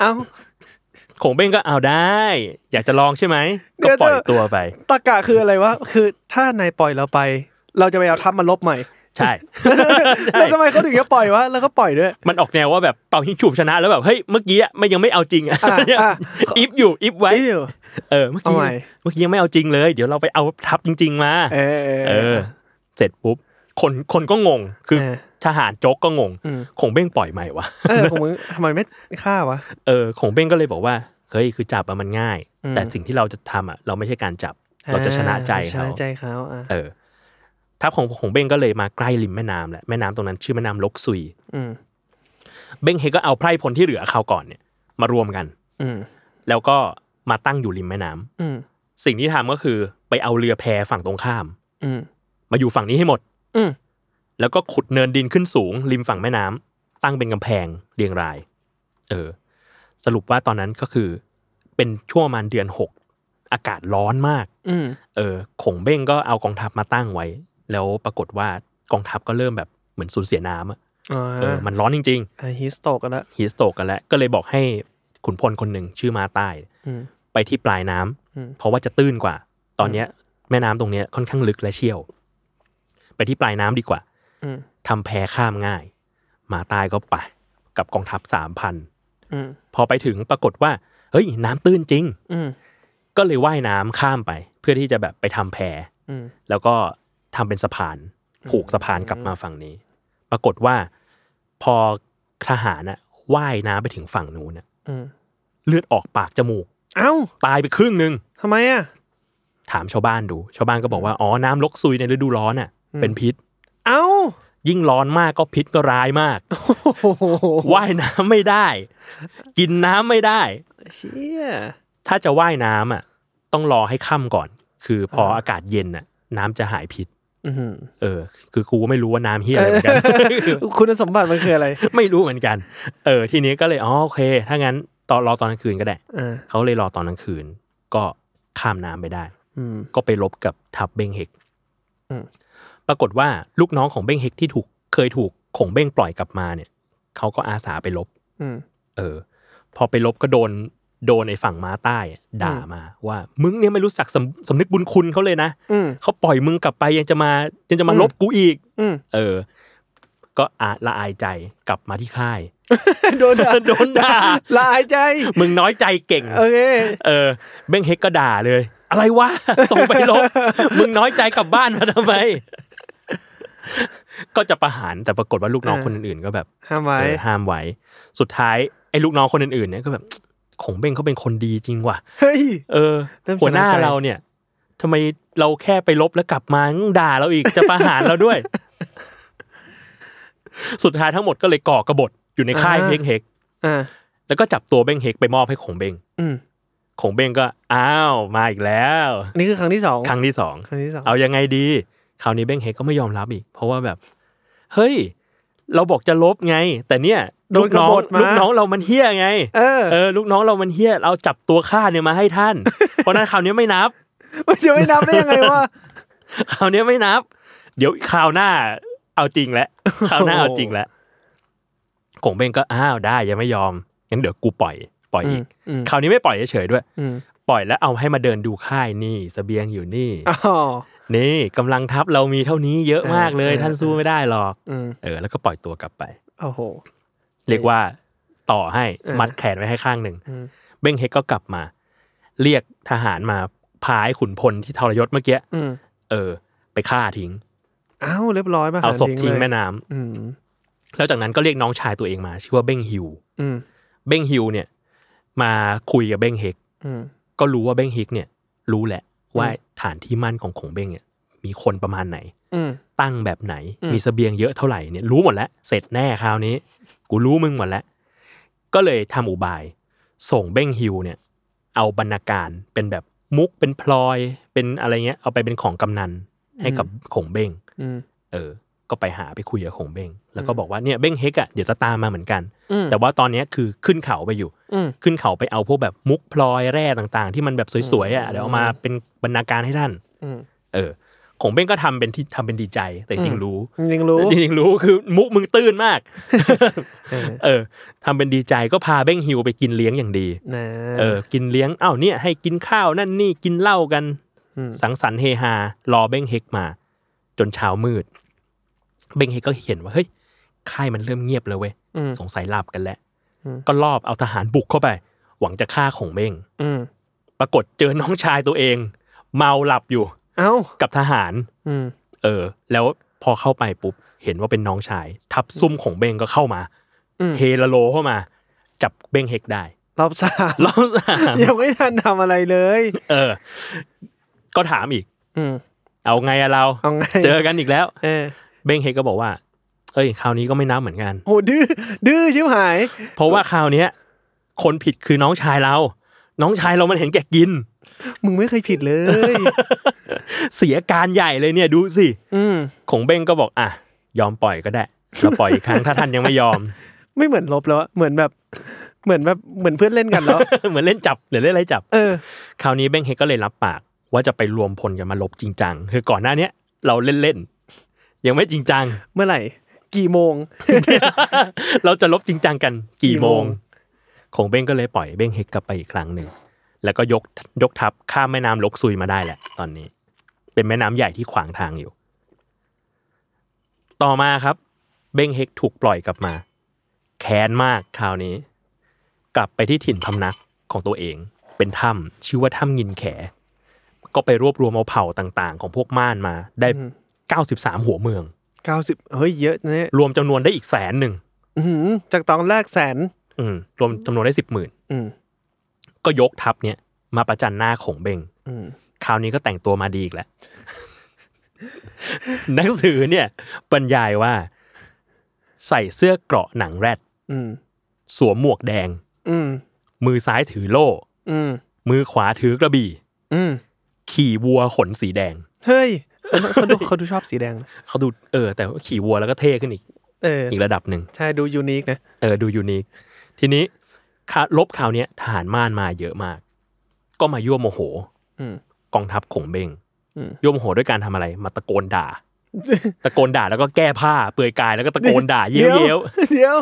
เอ้า
คงเบ้งก็เอาได้ อยากจะลองใช่ไหม
เดี๋
ก็
ยว
ปล่อยตัวไป
ตะกะคืออะไรวะ คือถ้านายปล่อยเราไป เราจะไปเอาทัพมาลบใหม่
ใช่
แล้วทำไมเขาถึงจะปล่อยวะแล้วก็ปล่อยด้วย
มันออกแนวว่าแบบเป่ายิงฉุบชนะแล้วแบบเฮ้ยเมื่อกี้อะมันยังไม่เอาจริงอะ
อ่าอ่า
อิฟอยู่อิฟไว้
เอ้ยอยู่
เออเมื่อกี้
เอาใหม่
เมื่อกี้ยังไม่เอาจริงเลย เดี๋ยวเราไปเอาทับจริง ๆ มา
เออเออ
เอ
เอ
อ
อ
เสร็จปุ๊บคนคนก็งงคือ
เออ
ทหารโจ๊กก็งง
อืม
คงเบ้งปล่อยใหม่วะ
เออผมมึงทำไมไม่ฆ่าวะ
เออคงเบ้งก็เลยบอกว่าเฮ้ยคือจับอะมันง่าย
อืม
แต่สิ่งที่เราจะทำอะเราไม่ใช่การจับ เราจะชนะใจ
อ่ช
เขา
นะใจเขาอ่ะ
เออทัพของของเบ้งก็เลยมาใกล้ริมแม่น้ำแหละแม่น้ำตรงนั้นชื่อแม่น้ำลกซุย
อืม
เบ้งเฮก็เอาไพร่พลที่เหลือเขาวก่อนเนี่ย มารวมกัน
อืม
แล้วก็มาตั้งอยู่ริมแม่น้ำ
อืม
สิ่งที่ทำก็คือไปเอาเรือแพฝั่งตรงข้าม
อืม
มาอยู่ฝั่งนี้ให้หมด
อืม
แล้วก็ขุดเนินดินขึ้นสูง ริมฝั่งแม่น้ำตั้งเป็นกำแพงเรียงราย เออ สรุปว่าตอนนั้นก็คือ เป็นช่วงประมาณเดือนหกอากาศร้อนมาก
อืม
เออขงเบ้งก็เอากองทัพมาตั้งไว้ แล้วปรากฏว่ากองทัพก็เริ่มแบบเหมือนสูญเสียน้ำอะ
อ๋อ
เออมันร้อนจริง
ฮิสโตกันละ
ๆฮีสโตกกันแล้ว ก็เลยบอกให้ขุนพลคนหนึ่งชื่อมาใต้
อืม
ไปที่ปลายน้ำ
อืม
เพราะว่าจะตื้นกว่า ตอนเนี้ยแม่น้ำตรงเนี้ยค่อนข้างลึกและเชี่ยว ไปที่ปลายน้ำดีกว่า
อืม
ทำแพข้ามง่าย หมาตายก็ไปกับกองทัพสามพัน
อืม
พอไปถึงปรากฏว่า เฮ้ย น้ำตื้นจริง
อืม
ก็เลยว่ายน้ำข้ามไป เพื่อที่จะแบบไปทำแพ
อืม
แล้วก็ทำเป็นสะพาน ผูกสะพานกลับมาฝั่งนี้ ปรากฏว่าพอทหารน่ะว่ายน้ำไปถึงฝั่งนู้นน่ะ
อืม
เลือดออกปากจมูก
เอ้า
ตายไปครึ่งหนึ่ง
ทำไมอ่ะ
ถามชาวบ้านดู ชาวบ้านก็บอกว่า อ๋อ น้ำลกซุยในฤดูร้อนน่ะ เป็นพิษ
เอ้า
ยิ่งร้อนมากก็พิษก็ร้ายมาก
โอ้โห
ว่ายน้ำไม่ได้ กินน้ำไม่ได้
เชี่ย
ถ้าจะว่ายน้ำอ่ะ ต้องรอให้ค่ำก่อน คือพออากาศเย็นน่ะ น้ำจะหายพิษ
อื้อหือ
เออ คือกูก็ไม่รู้ว่าน้ำเฮียอะไรเหมือนกัน
คุณสมบัติมันคืออะไร
ไม่รู้เหมือนกัน เออ ทีนี้ก็เลยอ๋อโอเค ถ้างั้นตอนรอตอนกลางคืนก็ได้
อ่า
เขาเลยรอตอนกลางคืน ก็ข้ามน้ำไปได้
อืม
ก็ไปลบกับทัพเบงเฮก
อืม
ปรากฏว่าลูกน้องของเบงเฮกที่ถูกเคยถูกขงเบงปล่อยกลับมาเนี่ยเขาก็อาสาไปลบ
อืม
เออ พอไปลบก็โดนโดนไอ้ฝั่งม้าใต้อะด่ามาว่า มึงเนี่ยไม่รู้สักสำสำนึกบุญคุณเขาเลยนะ
อืม
เขาปล่อยมึงกลับไปยังจะมายังจะมา
อืม
ลบกูอีก
อืม
เออ ก็อาละอายใจกลับมาที่ค่าย
โดนด่า
โดนด่า
ละอายใจ
มึงน้อยใจเก่ง
โอเค
เออ เบ้งเฮกก็ด่าเลย อะไรวะ ส่งไปลบ มึงน้อยใจกลับบ้านมาทำไม ก็จะประหารแต่ปรากฏว่าลูกน้อง
อ่า
คนอื่นๆก็แบบ
ห้ามไว้
เออห้ามไว้ สุดท้ายไอ้ลูกน้องคนอื่นๆเนี่ยก็แบบ ขงเบ้งเขาเป็นคนดีจริงว่ะ
เฮ้ย
เออ
เริ่มชนะใจ
หัวหน้าเราเนี่ยทำไมเราแค่ไปลบแล้วกลับมายังด่าเราอีก จะประหารเราด้วย สุดท้ายทั้งหมดก็เลยก่อกบฏอยู่ในค่ายเบ้งเฮก
อ่า
แล้วก็จับตัวเบ้งเฮกไปมอบให้ขงเบ้ง
อืม
ขงเบ้งก็อ้าวมาอีกแล้ว
นี่คือครั้งที่สอง
ครั้งที่สอง
ครั้งที่สอง
เอายังไงดี คราวนี้เบ้งเฮกก็ไม่ยอมรับอีก เพราะว่าแบบ เฮ้ย เราบอกจะลบไง แต่เนี่ย
โดน
ลูกน้อง
กบฏมา
ลูกน้องเรามันเฮี้ยไง
เออ
เออ ลูกน้องเรามันเฮี้ย เราจับตัวข้าเนี่ยมาให้ท่าน เพราะนั้นคราวนี้ไม่นับ
มันจะไม่นับได้ยังไงวะ
คราวนี้ไม่นับ เดี๋ยวคราวหน้าเอาจริงแล้วคราวหน้าเอาจริงแล้วกงเบ้งก็อ้าวได้ยังไม่ยอมงั้นเดี๋ยวกูปล่อย ปล่อยอีก
อืมอืม
คราวนี้ไม่ปล่อยเฉยๆด้วย
อืม
ปล่อยแล้วเอาให้มาเดินดูค่ายนี่เสบียงอยู่นี่
อ๋อ
นี่กำลังทัพเรามีเท่านี้เยอะมากเลย
เออ
ท่านสู้ไม่ได้หรอก
อืม
เออ แล้วก็ปล่อยตัวกลับไป
โอ้โห
เรียกว่าต่อให้
เออ
มัดแขนไว้ให้ข้างหนึ่ง
อืม
เบ้งเฮกก็กลับมา เรียกทหารมาพาไอ้ขุนพลที่ทรยศเมื่อกี้
อืม
เออ ไปฆ่าทิ้ง
เอ้าวเรียบร้อยป่ะ
เอาศพทิ้ง
เลย
แม่น้ำ
อืม
แล้วจากนั้นก็เรียกน้องชายตัวเองมา ชื่อว่าเบ้งฮิว
อืม
เบ้งฮิวเนี่ย มาคุยกับเบ้งเฮก
อืม
ก็รู้ว่าเบ้งเฮกเนี่ย รู้แหละว่าฐานที่มั่นของของเบ้งเนี่ยมีคนประมาณไหน
อืม
ตั้งแบบไหน
อืม
มีเสบียงเยอะเท่าไหร่เนี่ยรู้หมดแล้ว เสร็จแน่คราวนี้ กูรู้มึงหมดแล้ว ก็เลยทำอุบาย ส่งเบ้งฮิวเนี่ย เอาบรรณาการเป็นแบบมุกเป็นพลอยเป็นอะไรเงี้ย เอาไปเป็นของกำนันให้กับขงเบ้ง
อืม
เออ ก็ไปหาไปคุยกับขงเบ้งแล้วก็บอกว่าเนี่ยเบ้งเฮกอ่ะเดี๋ยวจะตามมาเหมือนกัน
อืม
แต่ว่าตอนเนี้ยคือขึ้นเขาไปอยู่
อืม
ขึ้นเขาไปเอาพวกแบบมุกพลอยแร่ต่างๆ ที่มันแบบสวยๆอ่ะเดี๋ยวเอามาเป็นบรรณาการให้ท่าน
อืม
เออของเบ้งก็ทำเป็นที่ทำเป็นดีใจแต่จริง
อืม
ๆรู้
ยังรู้
จริงๆรู้คือมุกมึงตื้น มาก
เออ
เออทำเป็นดีใจก็พาเบ้งฮิวไปกินเลี้ยงอย่างดี
นะ
เออ กินเลี้ยงอ้าวเนี่ยให้กินข้าวนั่นนี่กินเหล้ากัน
ม
สังสรรค์เฮฮา รอเบ้งเฮกมา จนเช้ามืด เบงเฮกก็เห็นว่าเฮ้ยค่ายมันเริ่มเงียบแล้วเว้ย
อืม
สงสัยหลับกันแล้ว
อืม
ก็ลอบเอาทหารบุกเข้าไป หวังจะฆ่าของเบง
อืม
ปรากฏเจอน้องชายตัวเอง เมาหลับอยู่
เอ้า
กับทหาร
อืม
เออ แล้วพอเข้าไปปุ๊บเห็นว่าเป็นน้องชาย ทับซุ่มของเบงก็เข้ามา
อืม
เฮลโลเข้ามา จับเบงเฮกได้
รอบสาม
รอบ สาม
ยังไม่ทันทำอะไรเลย
เออ ก็ถามอีก
อืม
เอาไงอะเรา
เอาไง
เจอกันอีกแล้ว
เออ
เบงเฮกก็บอกว่า เอ้ย คราวนี้ก็ไม่นับเหมือนกัน
โหดื้อดื้อชิบหาย
เพราะว่าคราวเนี้ย คนผิดคือน้องชายเรา น้องชายเรามันเห็นแก่กิน
มึงไม่เคยผิดเลย
เสียการใหญ่เลยเนี่ยดูสิ
อืม
ของเบงก็บอกอ่ะยอมปล่อยก็ได้ เราปล่อยอีกครั้งถ้าท่านยังไม่ยอม
ไม่เหมือนลบแล้วอะเหมือนแบบ เหมือนแบบเหมือนเพื่อนเล่นกันแล้ว
เหมือนเล่นจับหรือเล่นอะไรจับ
เออ
คราวนี้เบงเฮกก็เลยรับปาก ว่าจะไปรวมพลกันมาลบจริงจังคือก่อนหน้าเนี้ยเราเล่นๆยังไม่จริงจัง
เมื่อไหร่ กี่โมง
เราจะลบจริงจังกันกี่โมง
กี่โม
ของเบ้งก็เลยปล่อยเบ้งเฮกกลับไปอีกครั้งหนึ่ง แล้วก็ยกยกทัพข้ามแม่น้ำลกซุยมาได้แหละ ตอนนี้ เป็นแม่น้ำใหญ่ที่ขวางทางอยู่ ต่อมาครับ เบ้งเฮกถูกปล่อยกลับมา แค้นมากคราวนี้ กลับไปที่ถิ่นพำนักของตัวเอง เป็นถ้ำชื่อว่าถ้ำยินแข ก็ไปรวบรวมเอาเผ่าต่างๆ ของพวกม่านมาได้ 93 หัวเมือง
เก้าสิบเฮ้ยเยอะนะเนี่ย
รวมจำนวนได้อีกแสนหนึ่ง
อื้อหือจากตอนแรกแสน
อืมรวมจำนวนได้สิบหมื่น
อืม
ก็ยกทัพเนี่ย มาประจันหน้าของเบง
อืม
คราวนี้ก็แต่งตัวมาดีอีกแล้ว หนังสือเนี่ยบรรยายว่า ใส่เสื้อเกราะหนังแรด
อืม
สวมหมวกแดง
อืม
มือซ้ายถือโล่
อืม
มือขวาถือกระบี่
อืม
ขี่วัวขนสีแดง
เฮ้ยเขาดูเขาดูชอบสีแดงนะ
เขาดูเออ แต่ว่าขี่วัวแล้วก็เท่ขึ้นอีก
เออ
อีกระดับหนึ่ง
ใช่ดูยูนิคนะ
เออดูยูนิคทีนี้ข่าวลบข่าวเนี้ยทหารม่านมาเยอะมาก ก็มายั่วโมโห
อืม
กองทัพขงเบง
อืม
ย่วโมโหด้วยการทำอะไร มาตะโกน ด่า ตะโกนด่าแล้วก็แก้ผ้า เปลือยกายแล้วก็ตะโกนด่าเย้ยวเย้ยว
เดี๋ยว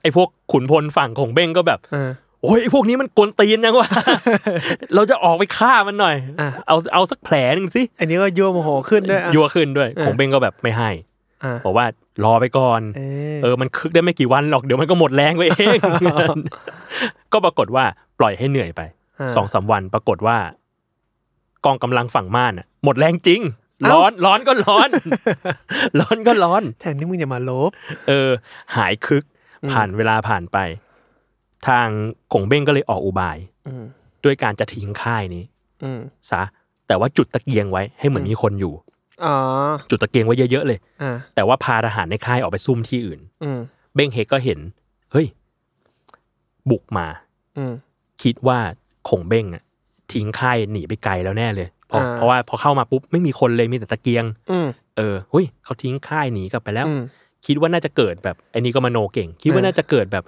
ไอ้พวกขุนพลฝั่งของเบงก็แบบ
เออ
โอ้ยไอ้พวกนี้มันกวนตีนยังวะ เราจะออกไปฆ่ามันหน่อย
อ่ะ
เอาเอาสักแผลหนึ่งสิ
อันนี้ก็ยั่วโมโหขึ้นด้วยอ่ะ
ยัวขึ้นด้วย
อ่ะ
ขงเบงก็แบบไม่ให้
อ่ะ
บอกว่ารอไปก่อน
เออ
เออมันคึกได้ไม่กี่วันหรอกเดี๋ยวมันก็หมดแรงไปเอง ก็ปรากฏว่าปล่อยให้เหนื่อยไป
ะ
สองสามวันปรากฏว่า กองกำลังฝั่งม่านน่ะ หมดแรงจริง
เอ้า
ร้อนร้อนก็ร้อน ร้อนก็ร้อน
แทนที่มึงอย่ามาลบ
เออ หายคึก
อืม
ผ่านเวลาผ่านไป ทางขงเบ้งก็เลยออกอุบาย
อืม
ด้วยการจะทิ้งค่ายนี้
อืม
ซะแต่ว่าจุดตะเกียงไว้ให้เหมือนมีคนอยู่
อ๋อ
จุดตะเกียงไว้เยอะๆเลย
อ่ะ
แต่ว่าพาทหารในค่ายออกไปซุ่มที่อื่น
อืม
เบ้งเฮกก็เห็น เฮ้ย บุกมา
อืม
คิดว่าขงเบ้งอะทิ้งค่ายหนีไปไกลแล้วแน่เลยเพราะ
อ่า
เพราะว่าพอเข้ามาปุ๊บไม่มีคนเลยมีแต่ตะเกียง
อืม
เออเฮ้ยเขาทิ้งค่ายหนีกลับไปแล้ว
อืม
คิดว่าน่าจะเกิดแบบไอ้นี่ก็มโนเก่ง คิดว่า
อ่า
น่าจะเกิดแบบ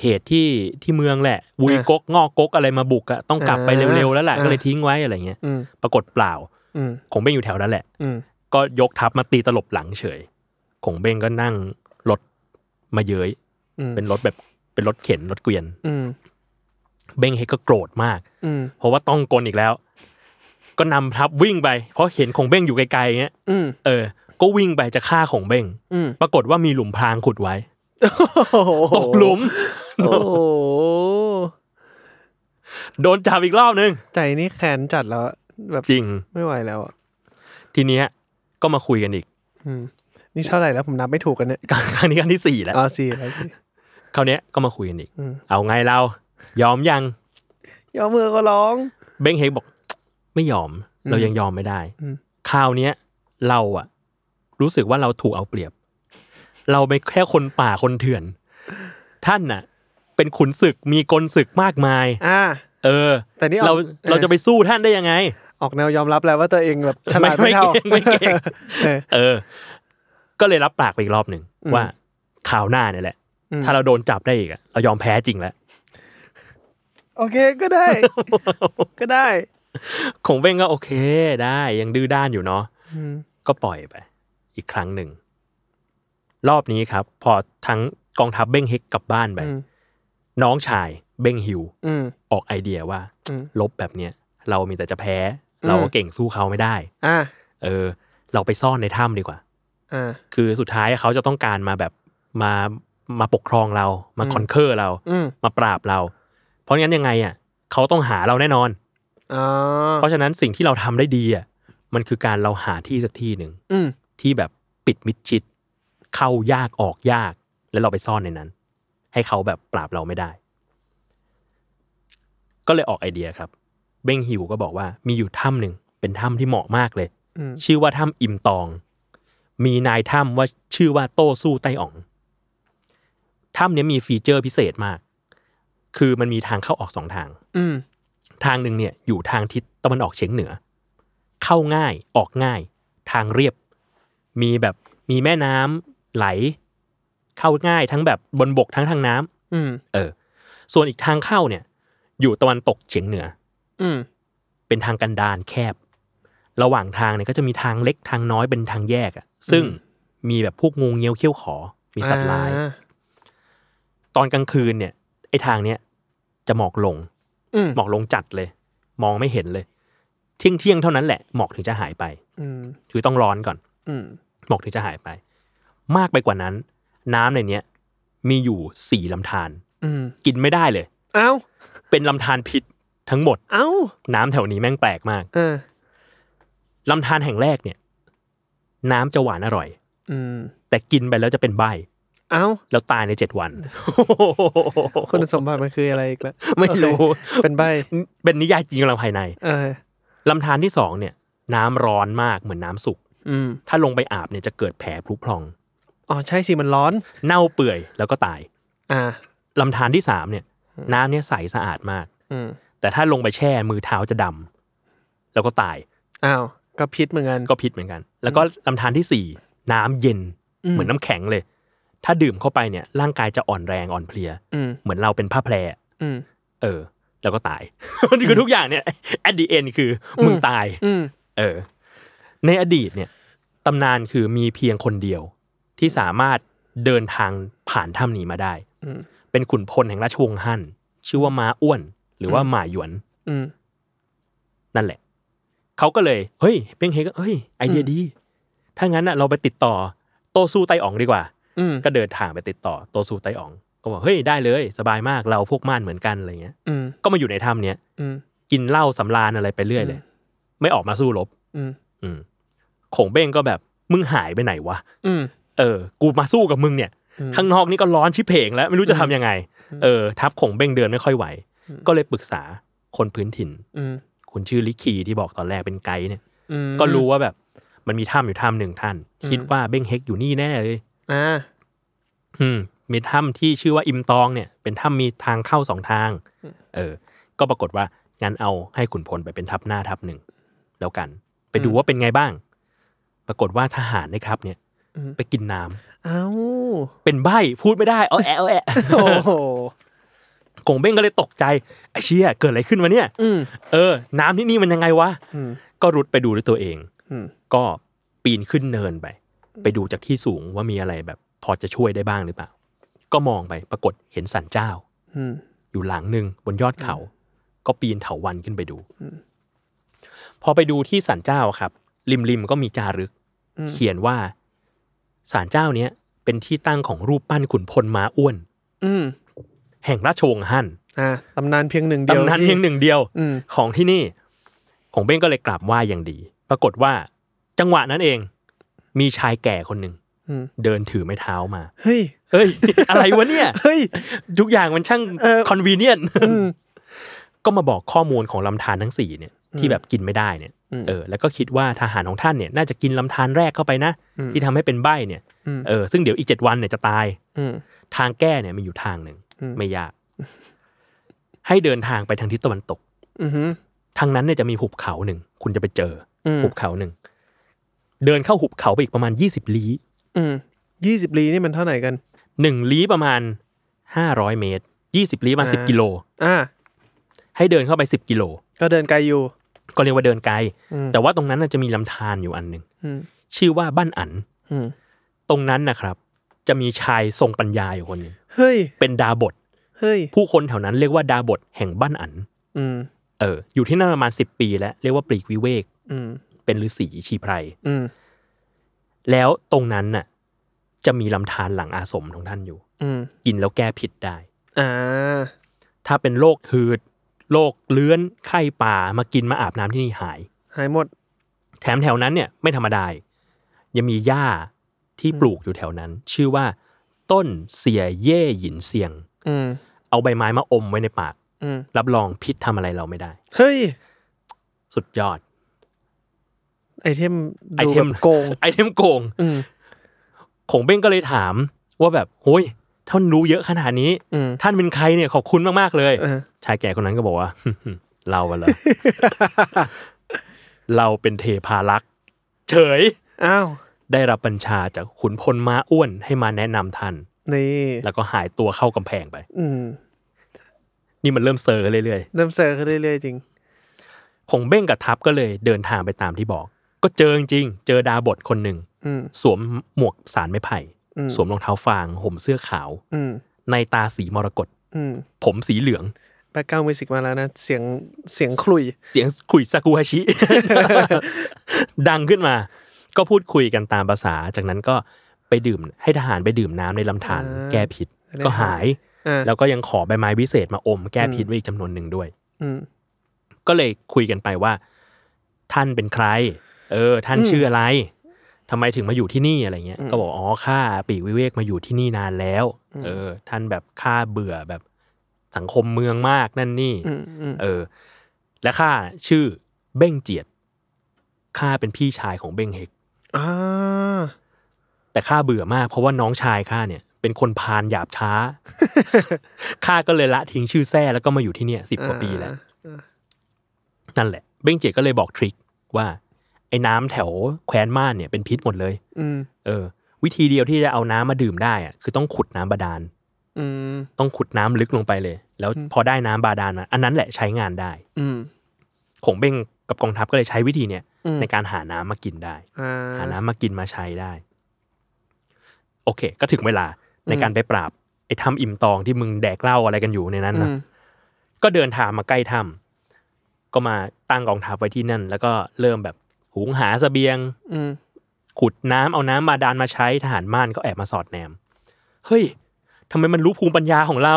เหตุที่ที่เมืองแหละวุย
อ่าก
กงอกกกอะไรมาบุกอะต้องกลับไป
อ่า
เร็วๆแล้วแหละ
อ่า
ก็เลยทิ้งไว้อะไรเงี้ย
อืม
ปรากฏเปล่า
อืม
ขงเบ้งอยู่แถวนั้นแหละ
อืม
ก็ยกทัพมาตีตลบหลังเฉยขงเบ้งก็นั่งรถมาเย้ย
อืม
เป็นรถแบบเป็นรถเข็นรถเกวียน
อืม
เบ้งเฮกก็โกรธมาก
อืม
เพราะว่าต้องกลอีกแล้ว ก็นำทัพวิ่งไป เพราะเห็นของเบ้งอยู่ไกลๆเงี้ย
อืม
เออ ก็วิ่งไปจะฆ่าของเบ้ง
อืม
ปรากฏว่ามีหลุมพรางขุดไว้
โอ้โ
ตกหลุม
โอ้โห
โดนจับอีกรอบนึง
ใจนี่แขนจัดแล้วอะแบบ
จริง
ไม่ไหวแล้วอ่ะ
ทีเนี้ยก็มาคุยกันอีก
อืมนี่เท่าไหร่แล้วผมนับไม่ถูกกันเนี่ย
ครั้งนี้ครั้งที่สี่แล้ว
อ๋อสี่แล้วสิ
คราวเนี้ยก็มาคุยกันอีก
อืม
เอาไงเรา ยอมยัง
ยอมมือก็ร้อง
เบ้งเฮกบอก ไม่ยอม เรายังยอมไม่ได้
อืม
คราวเนี้ยเราอะรู้สึกว่าเราถูกเอาเปรียบ เราเป็นแค่คนป่าคนเถื่อน ท่านน่ะ เป็นขุนศึกมีกลศึกมากมาย
อ่า
เออ
แต่นี่ออก
เรา
เออ
เราจะไปสู้ท่านได้ยังไง
ออกแนวยอมรับแล้วว่าตัวเองแบบฉลาด
ไม่
ไม่เท่า
เก่งไม่เก่ง
เออ
เออ ก็เลยรับปากไปอีกรอบหนึ่ง
อืม
ว่าข่าวหน้าเนี่ยแหละ
อืม
ถ้าเราโดนจับได้อีกอะเรายอมแพ้จริงแล้ว
โอเคก็ได้ ก็ได้
คงเว้งก็โอเคได้ยังดื้อด้านอยู่เนาะ
อืม
ก็ปล่อยไป อีกครั้งหนึ่ง รอบนี้ครับ พอทั้งกองทัพเบ้งเฮกกลับบ้านไป
อืม
น้องชายเบ้งฮิว
อืม
ออกไอเดียว่า
อืม
ลบแบบเนี้ยเรามีแต่จะแพ้
อืม
เราก็เก่งสู้เขาไม่ได้
อ่า
เออ เราไปซ่อนในถ้ำดีกว่า
อ่า
คือสุดท้ายเขาจะต้องการมาแบบมามาปกครองเรา มา
อืม
คอนเคอร์เรา
อืม
มาปราบเรา เพราะงั้นยังไงอ่ะเขาต้องหาเราแน่นอน
อ่า
เพราะฉะนั้นสิ่งที่เราทำได้ดีอ่ะมันคือการเราหาที่สักที่หนึ่ง
อืม
ที่แบบปิดมิดชิด เข้ายากออกยาก แล้วเราไปซ่อนในนั้น ให้เขาแบบปราบเราไม่ได้ ก็เลยออกไอเดียครับ เบ้งฮิวก็บอกว่ามีอยู่ถ้ำหนึ่งเป็นถ้ำที่เหมาะมากเลย
อืม
ชื่อว่าถ้ำอิมตอง มีนายถ้ำว่าชื่อว่าโต้สู้ไต้อ๋อง ถ้ำเนี้ยมีฟีเจอร์พิเศษมาก คือมันมีทางเข้าออกสองทาง
อืม
ทางหนึ่งเนี่ยอยู่ทางทิศตะวันออกเฉียงเหนือ เข้าง่ายออกง่าย ทางเรียบ มีแบบมีแม่น้ำไหล เข้าง่ายทั้งแบบบนบกทั้งทางน้ำ
อืม
เออ ส่วนอีกทางเข้าเนี่ย อยู่ตะวันตกเฉียงเหนือ
อืม
เป็นทางกันดานแคบ ระหว่างทางเนี่ยก็จะมีทางเล็กทางน้อยเป็นทางแยกอะซึ่งมีแบบพวกงูเงี้ยวเขี้ยวขอ มีสัตว์ร้าย
อ่
ตอนกลางคืนเนี่ยไอ้ทางเนี้ยจะหมอกลง
อืม
หมอกลงจัดเลย มองไม่เห็นเลย เที่ยงเที่ยงๆเท่านั้นแหละหมอกถึงจะหายไป
อืม
คือต้องร้อนก่อน
อืม
หมอกถึงจะหายไป มากไปกว่านั้น น้ำในเนี้ยมีอยู่สี่ลำธาร
อืม
กินไม่ได้เลย
เอ้า
เป็นลำธารพิษทั้งหมด
เอ้า
น้ำแถวนี้แม่งแปลกมาก
เออ
ลำธารแห่งแรกเนี่ย น้ำจะหวานอร่อย
อืม
แต่กินไปแล้วจะเป็นใบ
เอ้า
แล้วตายในเจ็ดวัน
คุณสมบัติมันคืออะไรอีกแล้ว
ไม่รู้
เป็นใบ
เป็นนิยายจริงกำลังภายใน
เออ
ลำธารที่สองเนี่ย น้ำร้อนมากเหมือนน้ำสุก
อืม
ถ้าลงไปอาบเนี่ยจะเกิดแผลพลุพลอง
อ๋อใช่สิมันร้อน
เน่าเปื่อยแล้วก็ตาย
อ่า
ลำธารที่สามเนี่ย น้ำเนี่ยใสสะอาดมาก
อืม
แต่ถ้าลงไปแช่มือเท้าจะดำแล้วก็ตาย
อ้าวก็พิษเหมือนกัน
ก็พิษเหมือนกัน แล้วก็ลำธารที่สี่น้ำเย็น
อืม
เหมือนน้ำแข็งเลย ถ้าดื่มเข้าไปเนี่ย ร่างกายจะอ่อนแรงอ่อนเพลีย
อืม
เหมือนเราเป็นผ้าแพร
อืม
เออ แล้วก็ตาย มันคือทุกอย่างเนี่ย at the end คืออมึงตาย
อืม
เออ ในอดีตเนี่ยตำนานคือมีเพียงคนเดียว ที่สามารถเดินทางผ่านถ้ำนี้มาได้
อืม
เป็นขุนพลแห่งราชวงศ์ฮั่น ชื่อว่ามาอ้วน หรือว่าหมาหยวน
อืม
นั่นแหละ เขาก็เลย เฮ้ย เป้งเฮก็เฮ้ย ไอเดียดี ถ้างั้นน่ะเราไปติดต่อ โตสู้ไตอ๋องดีกว่า
อืม
ก็เดินทางไปติดต่อโตสู้ไตอ๋อง ก็บอกเฮ้ยได้เลย สบายมากเราพวกม่านเหมือนกันอะไรเงี้ย
อืม
ก็มาอยู่ในถ้ำเนี้ย
อืม
กินเหล้าสำราญอะไรไปเรื่อยเลย ไม่ออกมาสู้รบ
อืม
อืมขงเบ้งก็แบบมึงหายไปไหนวะ
อืม
เออ กูมาสู้กับมึงเนี่ย
อืม
ข้างนอกนี่ก็ร้อนชิบเพงแล้วไม่รู้จะทำยังไง เออ ทับขงเบ้งเดินไม่ค่อยไหว
อืม
ก็เลยปรึกษาคนพื้นถิ่น
อืม
คุณชื่อลิคีที่บอกตอนแรกเป็นไกด์เนี่ย
อืม
ก็รู้ว่าแบบมันมีถ้ำอยู่ถ้ำหนึ่งท่าน คิดว่าเบ้งเฮกอยู่นี่แน่เลย
อ่า
อืมมีถ้ำที่ชื่อว่าอิมตองเนี่ย เป็นถ้ำมีทางเข้าสองทาง เออ ก็ปรากฏว่างั้นเอาให้ขุนพลไปเป็นทัพหน้าทัพหนึ่งแล้วกัน ไปดูว่าเป็นไงบ้าง ปรากฏว่าทหารนะครับเนี่ย ไปกินน้ำ
เอ้า
เป็นใบพูดไม่ได้เอาแอะเอาแอะ
โอ้โห
กงเบ้งก็เลยตกใจไอ้เชี่ยเกิดอะไรขึ้นวะเนี่ย
อืม
เออ น้ำที่นี่มันยังไงวะ
อืม
ก็รุดไปดูด้วยตัวเอง
อืม
ก็ปีนขึ้นเนินไป ไปดูจากที่สูงว่ามีอะไรแบบ พอจะช่วยได้บ้างหรือเปล่า ก็มองไปปรากฏเห็นสันเจ้า
อืม
อยู่หลังหนึ่งบนยอดเขา ก็ปีนเถาวันขึ้นไปดู
อืม
พอไปดูที่ศาลเจ้าครับ ริมริมๆก็มีจารึก
อืม
เขียนว่าศาลเจ้าเนี้ยเป็นที่ตั้งของรูปปั้นขุนพลม้าอ้วน
อืม
แห่งราชวงศ์ฮั่น
อ่าตำนานเพียงหนึ่งเดียว
ตำนาน
ที่
เพียงหนึ่งเดียว
อืม
ของที่นี่ ของเบ้งก็เลยกราบไหว้อย่างดี ปรากฏว่า จังหวะนั้นเอง มีชายแก่คนหนึ่ง
อืม
เดินถือไม้เท้ามา
เฮ้ย
เฮ้ย อะไรวะเนี่ย
เฮ้ย
ทุกอย่างมันช่าง
เออ
คอนเวเนียน
อืม
ก็มาบอกข้อมูลของลำธารทั้งสี่เนี่ยที่แบบกินไม่ได้เนี่ย
อืม
เออแล้วก็คิดว่าทหารของท่านเนี่ยน่าจะกินลำธารแรกเข้าไปนะ
อืม
ที่ทำให้เป็นใบเนี่ย
อืม
เออซึ่งเดี๋ยวอีกเจ็ดวันเนี่ยจะตาย
อืม
ทางแก้เนี่ยมีอยู่ทางหนึ่ง
อืม
ไม่ยาก ให้เดินทางไปทางทิศตะวันตก
อืม
ทางนั้นเนี่ยจะมีหุบเขาหนึ่งคุณจะไปเจอ
อืม
หุบเขาหนึ่งเดินเข้าหุบเขาไปอีกประมาณยี่สิบลี้
อืมยี่สิบลีนี่มันเท่าไหร่กัน
หนึ่งลี้ประมาณห้าร้อยเมตรยี่สิบลี้ประมาณสิบ
อ่า
กิโล
อ่า
ให้เดินเข้าไปสิบกิโล
ก็เดินไกลอยู่
ก็เรียกว่าเดินไกล
อืม
แต่ว่าตรงนั้นน่ะจะมีลำธารอยู่อันหนึ่ง
อืม
ชื่อว่าบ้านอัน
อืม
ตรงนั้นนะครับ จะมีชายทรงปัญญาอยู่คนหนึง
เฮ้ย
เป็นดาบท
เฮ้ย
ผู้คนแถวนั้นเรียกว่าดาบทแห่งบ้านอัน
อืม
เอออยู่ที่นั่นประมาณ 10 ปีแล้ว เรียกว่าปลีกวิเวก
อืม
เป็นฤาษีชีไพร
อืม
แล้วตรงนั้นน่ะจะมีลำธารหลังอาสมของท่านอยู่
อืม
กินแล้วแก้ผิดได้
อ่า
ถ้าเป็นโรคหืดโรคเลื้อนไข้ป่ามากินมาอาบน้ำที่นี่หาย
หายหมด
แถมแถวนั้นเนี่ยไม่ธรรมดาอีกยังมีหญ้าที่ปลูกอยู่แถวนั้น ชื่อว่า ต้นเสียเย่หยินเสียง
อืม
เอาใบไม้มาอมไว้ในปาก
อืม
รับรองพิษทำอะไรเราไม่ได้
เฮ้ย
สุดยอด
ไอเทม
ไอ
ดู
เท
แบ
ม
บโกง
ไอเทมโกง
อืม
ขงเบ้งก็เลยถามว่าแบบโฮ้ยท่านรู้เยอะขนาดนี้
อืม
ท่านเป็นใครเนี่ยขอบคุณมากๆเลย
เออ
ชายแก่คนนั้นก็บอกว่า เราอะเหร อ เราเป็นเทพารักษ์เฉย
อ้าว
ได้รับบัญชาจากขุนพลม้าอ้วนให้มาแนะนำท่าน
นี่
แล้วก็หายตัวเข้ากำแพงไป
อืม
นี่มันเริ่มเซอร์กันเรื่อย
เริ่มเสิร์ฟขึ้นเรื่อยๆจริง
ๆ ของเบ้งกับทัพก็เลยเดินทางไปตามที่บอก ก็เจอจริงๆเจอดาบทคนหนึ่ง
อืม
สวมหมวกสารไม้ไผ่
อืม
สวมรองเท้าฟาง ห่มเสื้อขาว
อืม
ในตาสีมรกต
อืม
ผมสีเหลือง
แบ็กกราวด์มิวสิกมาแล้วนะ เสียงเสียงขลุย
เสียงคุยซากุฮาชิ ดังขึ้นมา ก็พูดคุยกันตามภาษา จากนั้นก็ไปดื่ม ให้ทหารไปดื่มน้ำในลำธาร
อ่า
แก้พิษ
ได้
ก็หาย
อ่า
แล้วก็ยังขอใบไม้วิเศษมาอม แก้พิษไว้อีกจำนวนหนึ่งด้วย
อืม
ก็เลยคุยกันไปว่า ท่านเป็นใคร เออ ท่านชื่ออะไรทำไมถึงมาอยู่ที่นี่อะไรเงี้ย ก็บอกอ๋อข้าปีกวิเวกมาอยู่ที่นี่นานแล้ว เออ ท่านแบบข้าเบื่อแบบสังคมเมืองมากนั่นนี่
อืมอืม
เออ และข้าชื่อเบ้งเจียดข้าเป็นพี่ชายของเบ้งเฮก
อ่า
แต่ข้าเบื่อมาก เพราะว่าน้องชายข้าเนี่ย เป็นคนพาลหยาบช้า ข้าก็เลยละทิ้งชื่อแท้แล้วก็มาอยู่ที่เนี่ยสิบกว่าปีแล้ว นั่นแหละ เบ้งเจียดก็เลยบอกทริคว่า ไอ้น้ำแถวแคว้นม่านเนี่ยเป็นพิษหมดเลย
อืม
เออ วิธีเดียวที่จะเอาน้ำมาดื่มได้อะคือต้องขุดน้ำบาดาล
อืม
ต้องขุดน้ำลึกลงไปเลย แล้วพอได้น้ำบาดาลมาอันนั้นแหละใช้งานได้
อืม
ขงเบ้งกับกองทัพก็เลยใช้วิธีเนี่ย
อืม
ในการหาน้ำมากินได้
อ่า
หาน้ำมากินมาใช้ได้ โอเค ก็ถึงเวลาในการไปปราบไอ้ถ้ำอิ่มตองที่มึงแดกเหล้าอะไรกันอยู่ในนั้นนะ
อืม
ก็เดินทางมาใกล้ถ้ำก็มาตั้งกองทัพไว้ที่นั่น แล้วก็เริ่มแบบหุงหาเสบียง
อืม
ขุดน้ำเอาน้ำมาดานมาใช้ทหารม่านก็แอบมาสอดแนม เฮ้ยทำไมมันรู้ภูมิปัญญา ของเรา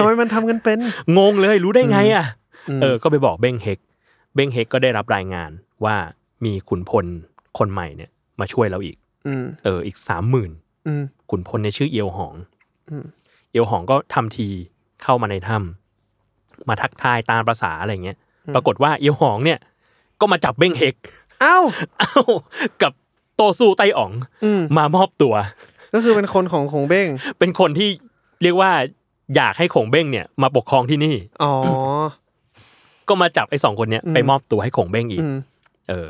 ทำไมมันทำกันเป็น
งงเลยรู้ได้ไงอ่ะ
อืม
เออ ก็ไปบอกเบ้งเฮก เบ้งเฮกก็ได้รับรายงานว่ามีขุนพลคนใหม่เนี่ย มาช่วยเราอีก
อืม
เออ อีกสามหมื่น
อืม
ขุนพลในยชื่อเอียวหอง
อืม
เอียวหองก็ทำทีเข้ามาในถ้ำมาทักทายตามประษาอะไรเงี้ย ปรากฏว่าเอียวหองเนี่ย ก็มาจับเบ้งเฮก
เอ้า
เอ้ากับโตสู้ไตอ๋อง
อืม
มามอบตัว
ก็คือเป็นคนของของเบ้ง
เป็นคนที่เรียกว่าอยากให้ขงเบ้งเนี่ย มาปกครองที่นี่
อ๋อ
ก็มาจับไอ้สองคนเนี้ยไปมอบตัวให้ขงเบ้งอีก
อืม
เออ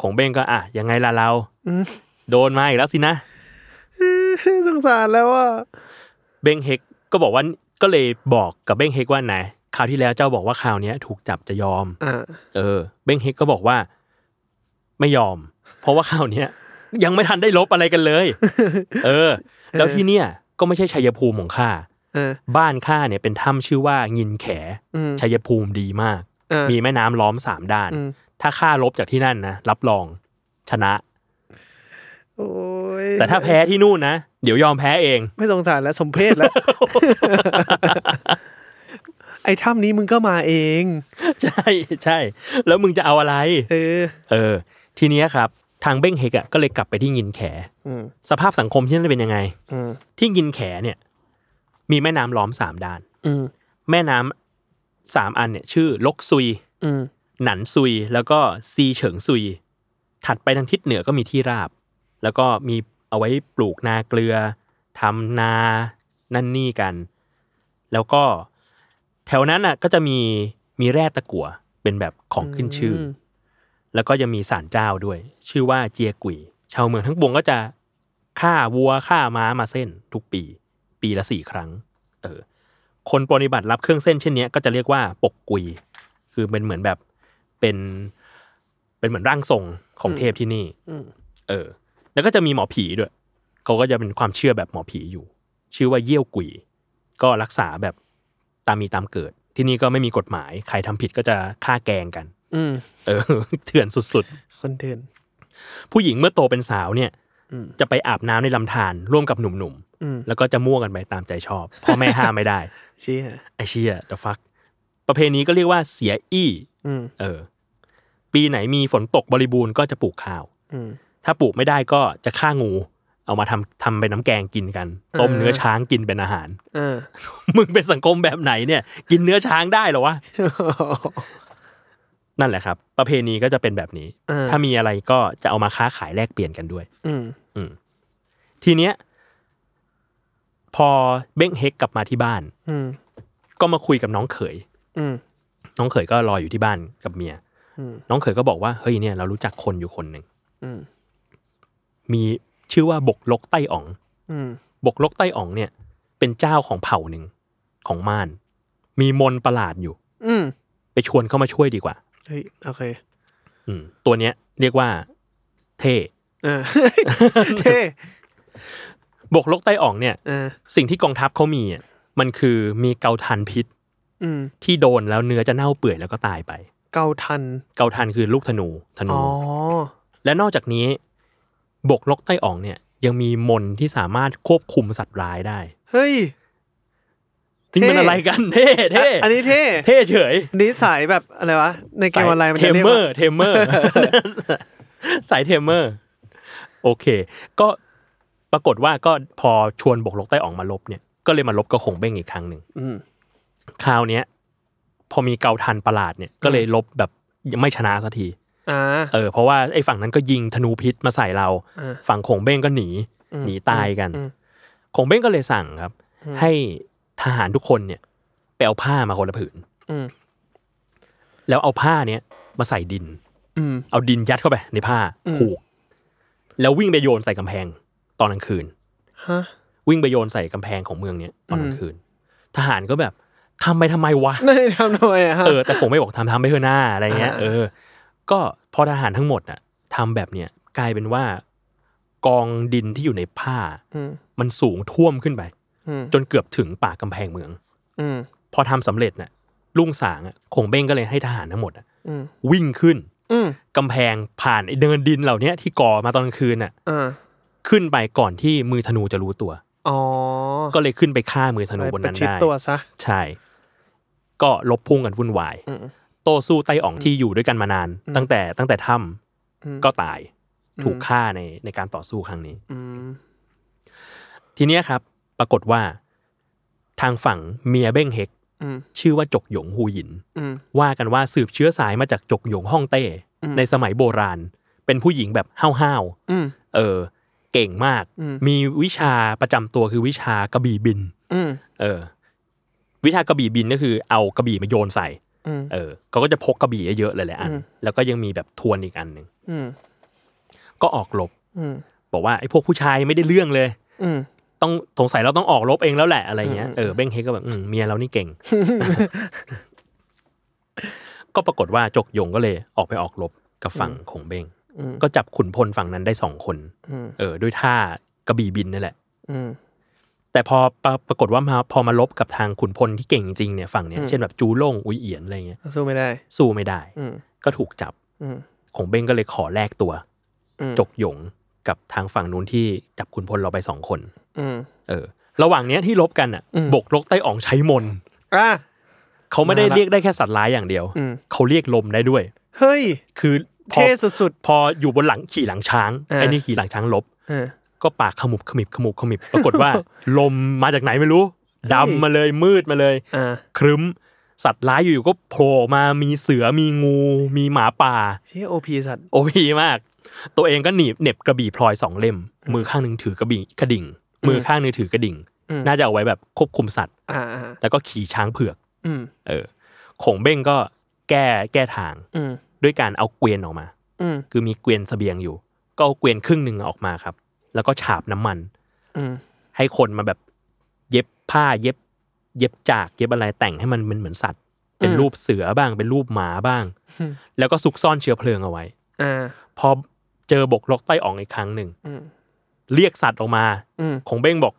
ของเบ้งก็อ่ะยังไงล่ะเรา
อืม
โดนมาอีกแล้วสินะ
สงสารแล้วว่า
เบ้งเฮกก็บอกว่าก็เลยบอกกับเบ้งเฮกว่าไหนคราวที่แล้วเจ้าบอกว่าคราวเนี้ยถูกจับจะยอม
อ่า
เออ เบ้งเฮกก็บอกว่า ไม่ยอม เพราะว่าคราวเนี้ยยังไม่ทันได้ลบอะไรกันเลย เออ แล้วที่เนี่ยก็ไม่ใช่ชัยภูมิของข้า
เออ
บ้านข้าเนี่ยเป็นถ้ำชื่อว่างินแข
อืม
ชัยภูมิดีมาก
อ่า
มีแม่น้ำล้อมสามด้าน
อืม
ถ้าข้าลบจากที่นั่นนะรับรองชนะ
โอ้ย
แต่ถ้าแพ้ที่นู่นนะ เดี๋ยวยอมแพ้เอง
ไม่สงสารแล้วสมเพศแล้ว ไอ้ถ้ำนี้มึงก็มาเอง
ใช่ใช่ แล้วมึงจะเอาอะไร
เออ
เออ ทีเนี้ยครับ ทางเบ้งเฮกอ่ะก็เลยกลับไปที่งินแข
อืม
สภาพสังคมที่นั่นเป็นยังไง
อืม
ที่งินแขเนี่ย มีแม่น้ำล้อมสามด้าน
อืม
แม่น้ำสามอันเนี่ยชื่อลกซุย
อืม
หนันซุย แล้วก็ซีเฉิงซุย ถัดไปทางทิศเหนือก็มีที่ราบ แล้วก็มีเอาไว้ปลูกนาเกลือทำนานั่นนี่กัน แล้วก็แถวนั้นน่ะก็จะมีมีแร่ตะกั่วเป็นแบบของขึ้นชื่ออ
ม
แล้วก็ยังมีศาลเจ้าด้วย ชื่อว่าเจียกุย ชาวเมืองทั้งปวงก็จะฆ่าวัวฆ่าม้ามาเส้นทุกปี ปีละสี่ครั้ง เออ คนปฏิบัติรับเครื่องเส้นเช่นเนี้ยก็จะเรียกว่าปกกุย คือเป็นเหมือนแบบเป็นเป็นเหมือนร่างทรงของเทพที่นี่
อืม
เออ แล้วก็จะมีหมอผีด้วยเขาก็จะเป็นความเชื่อแบบหมอผีอยู่ ชื่อว่าเยี่ยวกุย ก็รักษาแบบตามมีตามเกิด ที่นี่ก็ไม่มีกฎหมาย ใครทำผิดก็จะฆ่าแกล้งกัน
อืม
เออ เถื่อนสุด
คนเถื่อน
ๆ ผู้หญิงเมื่อโตเป็นสาวเนี่ย
อืม
จะไปอาบน้ำในลำธารร่วมกับหนุ่ม
อืม
ๆ แล้วก็จะมั่วกันไปตามใจชอบพ่อแม่ห้ามไม่ได้
ชี้ฮะ
ไอเชีย the fuck ประเพณีก็เรียกว่าเสียอี้
อืม
เออ ปีไหนมีฝนตกบริบูรณ์ก็จะปลูกข้าว
อืม
ถ้าปลูกไม่ได้ก็จะฆ่างู เอามาทำทำเป็นน้ำแกงกินกัน ต้ม
เออ
เนื้อช้างกินเป็นอาหาร
เออ
มึงเป็นสังคมแบบไหนเนี่ย กินเนื้อช้างได้เหรอวะ นั่นแหละครับ ประเพณีก็จะเป็นแบบนี้
เออ
ถ้ามีอะไรก็จะเอามาค้าขายแลกเปลี่ยนกันด้วย
อืม
ทีเนี้ย พอเบ้งเฮกกลับมาที่บ้าน
อืม
ก็มาคุยกับน้องเขย
อืม
น้องเขยก็รออยู่ที่บ้านกับเมีย
อืม
น้องเขยก็บอกว่า เฮ้ยเนี่ยเรารู้จักคนอยู่คนหนึ่ง
อืม
มีชื่อว่าบกลกไต้อ๋อง
อืม
บกลกไต้อ๋องเนี่ย เป็นเจ้าของเผ่าหนึ่งของม่าน มีมนต์ประหลาดอยู่
อืม
ไปชวนเข้ามาช่วยดีกว่า
เฮ้ยโอเค
อืม ตัวเนี้ยเรียกว่า เท่
เออ เท่
บกลกไต้อ๋องเนี่ย
เออ
สิ่งที่กองทัพเขามีอ่ะมันคือมีเกาทันพิษ
อืม
ที่โดนแล้วเนื้อจะเน่าเปื่อยแล้วก็ตายไป
เกาทัน
เกาทันคือลูกธนูธนู
อ๋อ
และนอกจากนี้ บกลกไต้อ๋องเนี่ยยังมีมนต์ที่สามารถควบคุมสัตว์ร้ายได้
เฮ้ย
นี่มัน
เท่
อะไรกันเท่เท่
อ่ะอันนี้เท่
เท่เฉย
อันนี้สายแบบอะไรวะในเกมออนไลน์มัน
เท
จะ
ม
เรียก
เมอ
ว่า
ร์เทมเมอร์ สายเทมเมอร์ โอเค ก็ปรากฏว่าก็พอชวนบกลกไต้อ๋องมาลบเนี่ยก็เลยมาลบกระขงเบ้งอีกครั้งหนึ่ง
อืม
คราวเนี้ยพอมีเกาทันประหลาดเนี่ยก็เลยลบแบบยังไม่ชนะสักที
อ่า
เออเพราะว่าไอ้ฝั่งนั้นก็ยิงธนูพิษมาใส่เรา
เออ
ฝั่งโขงเบ้งก็หนี
อืม
หนีตายกัน
อืม
โขงเบ้งก็เลยสั่งครับ ให้ทหารทุกคนเนี่ยไปเอาผ้ามาคนละผืน
อืม
แล้วเอาผ้าเนี้ยมาใส่ดิน
อืม
เอาดินยัดเข้าไปในผ้า
อืม
ผูกแล้ววิ่งไปโยนใส่กำแพงตอนกลางคืน
ฮะ
วิ่งไปโยนใส่กำแพงของเมืองเนี้ยตอนกลางคืน ทหารก็แบบทำไปทำไมวะ
นั่นทำทำไมอะฮะ
เออแต่ผมไม่บอกทำทำไปเถอะหน้าอะไรเงี้ย
อ่า
เออ ก็พอทหารทั้งหมดน่ะทำแบบเนี้ยกลายเป็นว่า กองดินที่อยู่ในผ้า
ม
มันสูงท่วมขึ้นไป
อืม
จนเกือบถึงปากกำแพงเมือง
อืม
พอทำสำเร็จน่ะลุงสางอ่ะคงเบ้งก็เลยให้ทหารทั้งหมดน่ะ
อืม
วิ่งขึ้น
อืม
กำแพงผ่านไอ้เนินดินเหล่าเนี้ยที่ก่อมาตอนกลางคืนน่ะ
อ่า
ขึ้นไปก่อนที่มือธนูจะรู้ตัว
อ๋อ
ก็เลยขึ้นไปฆ่ามือธนู
ไป
บน
ประ
นั้น
ชิด
ได้
ตัวซะ
ใช่ ก็ลบพุ่งกันวุ่นวาย
อืม
โต้สู้ไต้อ๋องที่อยู่ด้วยกันมานาน
อืม
ตั้งแต่ตั้งแต่ถ้
อืม
ำก็ตายถูกฆ่าในในการต่อสู้ครั้งนี้
อืม
ทีเนี้ยครับ ปรากฏว่า ทางฝั่งเมียเบ้งเฮก
อืม
ชื่อว่าจกหยงฮูหยิน
อืม
ว่ากันว่าสืบเชื้อสายมาจากจกหยงฮ่องเต้
อืม
ในสมัยโบราณ เป็นผู้หญิงแบบห้าว
อืม
ๆเออ เก่งมาก
อืม
มีวิชาประจำตัวคือวิชากระบี่บิน
อืม
เออ วิชากระบี่บินก็คือเอากระบี่มาโยนใส่
อืม
เออเขาก็จะพกกระบี่เยอะๆหลายๆอัน
อืม
แล้วก็ยังมีแบบทวนอีกอันหนึ่ง
อืม
ก็ออกรบ
อืม
บอกว่าไอ้พวกผู้ชายไม่ได้เรื่องเลย
อืม
ต้องสงสัยเราต้องออกรบเองแล้วแหละอะไรเงี้ย
อืม
เออเบ้งเฮกก็แบบอืมเมียเรานี่เก่ง ก็ปรากฏว่าจกยงก็เลยออกไปออกรบกับฝั่งของเบ้ง
อืม
ก็จับขุนพลฝั่งนั้นได้สองคน
อืม
เออ ด้วยท่ากระบี่บินนั่นแหละ
อืม
แต่พอปรปรากฏว่ามาพอมาลบกับทางขุนพลที่เก่งจริงๆเนี่ยฝั่งเนี้ย
อืม
เช่นแบบจูโล่งอุยเอียนอะไรเงี้ย
สู้ไม่ได้
สู้ไม่ได้
อืม
ก็ถูกจับ
อืม
ของเบ้งก็เลยขอแลกตัว
อืม
จกหยงกับทางฝั่งนู้นที่จับขุนพลเราไปสองคน
อืม
เออ ระหว่างเนี้ยที่ลบกันอ่ะ
อืม
บกลกไต้อ่องใช้มนต์
อ่ะ
เขาไม่ได้
มาละ
เรียกได้แค่สัตว์ร้ายอย่างเดียว
อืม
เขาเรียกลมได้ด้วย
เฮ้ย
คือพอ
เท่สุด
พออยู่บนหลังขี่หลังช้าง
อ่า
ไอ้นี่ขี่หลังช้างลบ
ๆเออ
ก็ปากขมุบขมิบขมุบขมิบ ปรากฏ ว่า ลมมาจากไหนไม่รู้ดำมาเลยมืดมาเลย
อ่า
ครึ้ม สัตว์ร้ายอยู่ๆก็โผล่ออกมามีเสือมีงู มีหมาป่า
เชี่ยโอพีสัตว์
โอพีมาก ตัวเองก็หนีบเหน็บกระบี่พลอยสองเล่ม มือข้างหนึ่งถือกระบี่กระดิ่ง มือข้างหนึ่งถือกระดิ่ง
อืม
น่าจะเอาไว้แบบควบคุมสัตว์
อ่าอ่า
แล้วก็ขี่ช้างเผือก
อืม
เออขงเบ้งก็แก้แก้ทาง
อืม
ด้วยการเอาเกวียนออกมา
อืม
คือมีเกวียนเสบียงอยู่ ก็เอาเกวียนครึ่งหนึ่งออกมาครับ แล้วก็ฉาบน้ำมัน
อืม
ให้คนมาแบบเย็บผ้าเย็บ เย็บจาก เย็บอะไรแต่งให้มันเป็นเหมือนสัตว์ เป็นรูปเสือบ้าง เป็นรูปหมาบ้าง แล้วก็ซุกซ่อนเชื้อเพลิงเอาไว้
อ่า
พอเจอบกลกไต้อ่องอีกครั้งหนึ่ง
อืม
เรียกสัตว์ออกมา
อืม
ของเบ้งบอก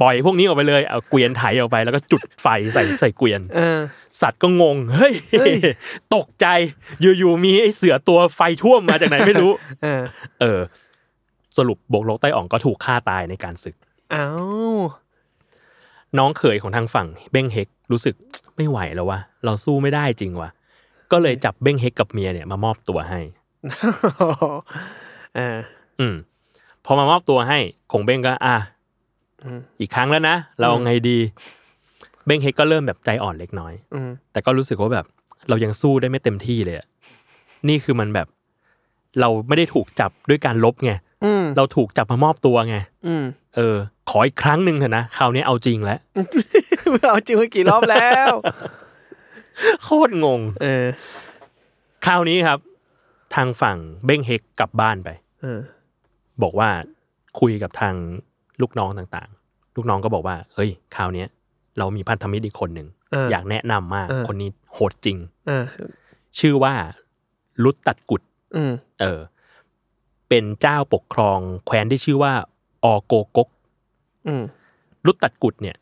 ปล่อยพวกนี้ออกไปเลย เอาเกวียนไถออกไปแล้วก็จุดไฟใส่ใส่เกวียน
เออ
สัตว์ก็งง เฮ้ย
เฮ้ย
ตก ใจ อยู่ๆมีไอ้เสือตัวไฟท่วมมาจากไหนไม่รู้
เออ
เออ สรุปบกลกไต้อ่องก็ถูกฆ่าตายในการศึก
อ้าว
น้องเขยของทางฝั่งเบ้งเฮกรู้สึก ไม่ไหวแล้ววะเราสู้ไม่ได้จริงวะก็เลยจับเบ้งเฮกกับเมียเนี่ยมามอบตัวให้
อ่า
อืมพอมามอบตัวให้คงเบ้งก็ อ่ะ
อืม
อีกครั้งแล้วนะเรา
อืม
ไงดี เบ้งเฮกก็เริ่มแบบใจอ่อนเล็กน้อย
อืม
แต่ก็รู้สึกว่าแบบ เรายังสู้ได้ไม่เต็มที่เลยอะนี่คือมันแบบ เราไม่ได้ถูกจับด้วยการลบไง
อืม
เราถูกจับมามอบตัวไง
อืม
เออ ขออีกครั้งหนึ่งเถอะนะคราวนี้เอาจริงแล้ว
เอาจริงมากี่รอบแล้ว
โคตรงง
เออ
คราวนี้ครับ ทางฝั่งเบ้งเฮกกลับบ้านไป
เออ
บอกว่าคุยกับทางลูกน้องต่างๆ ลูกน้องก็บอกว่า เฮ้ย คราวเนี้ย เรามีพันธมิตรอีกคนหนึ่ง
เอออย
อากแนะนำมาก
เออ
คนนี้โหดจริง
อ่า
ชื่อว่าลุตตัดกุด
อืม
เออ เป็นเจ้าปกครองแคว้นที่ชื่อว่าออโกกก
อืม
ลุตตัดกุดเนี่ย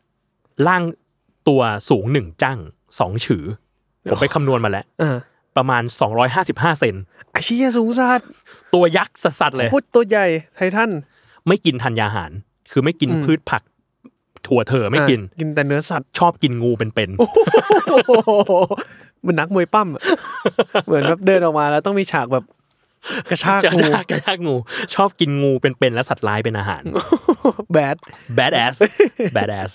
ร่างตัวสูงหนึ่งจั่งสองฉือ ผมไปคำนวณมาแล้ว
อ่า
ประมาณ 255 เซน
ไอเชี้ยสูงสัตว์
ตัวยักษ์สัสๆเลย
โคตรตัวใหญ่ไททัน
ไม่กินธัญญาหาร คือไม่กิน
อืม
พืชผัก ถั่วเถอไม่กิน
อ่ะกินแต่เนื้อสัตว์
ชอบกินงูเป็น
โอ้โห มันนักมวยปั้มอะเหมือนแบบเดินออกมาแล้วต้องมีฉากแบบกระ
ๆ
ชาก
จะ
งู
ชากกระชากงู ชอบกินงูเป็นๆและสัตว์ร้ายเป็นอาหาร
แบด
แบดแอส แบดแอส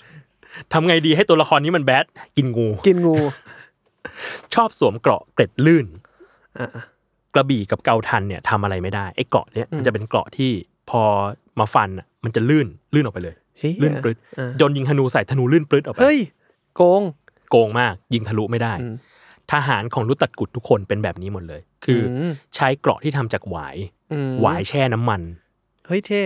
ทำไงดีให้ตัวละครนี้มันแบด กินงู
กินงู
ชอบสวมเกราะเกร็ดลื่น
อ่ะ
กระบี่กับเกาทันเนี่ยทำอะไรไม่ได้ ไอ้เกราะเนี่ยมันจะเป็นเกราะที่พอมาฟันอะมันจะลื่น ลื่นออกไปเลย
เชี่ย
ลื่นปลืด
อ่ะ
โยนยิงธนูใส่ธนูลื่นปลืดออกไป
เฮ้ย โกง
โกงมาก ยิงทะลุไม่ได้
อืม
ทหารของรุตตัดกุดทุกคนเป็นแบบนี้หมดเลย คืออ
ม
ใช้เกราะที่ทำจากหวาย
อืม
หวายแช่น้ำมัน
เฮ้ยเท่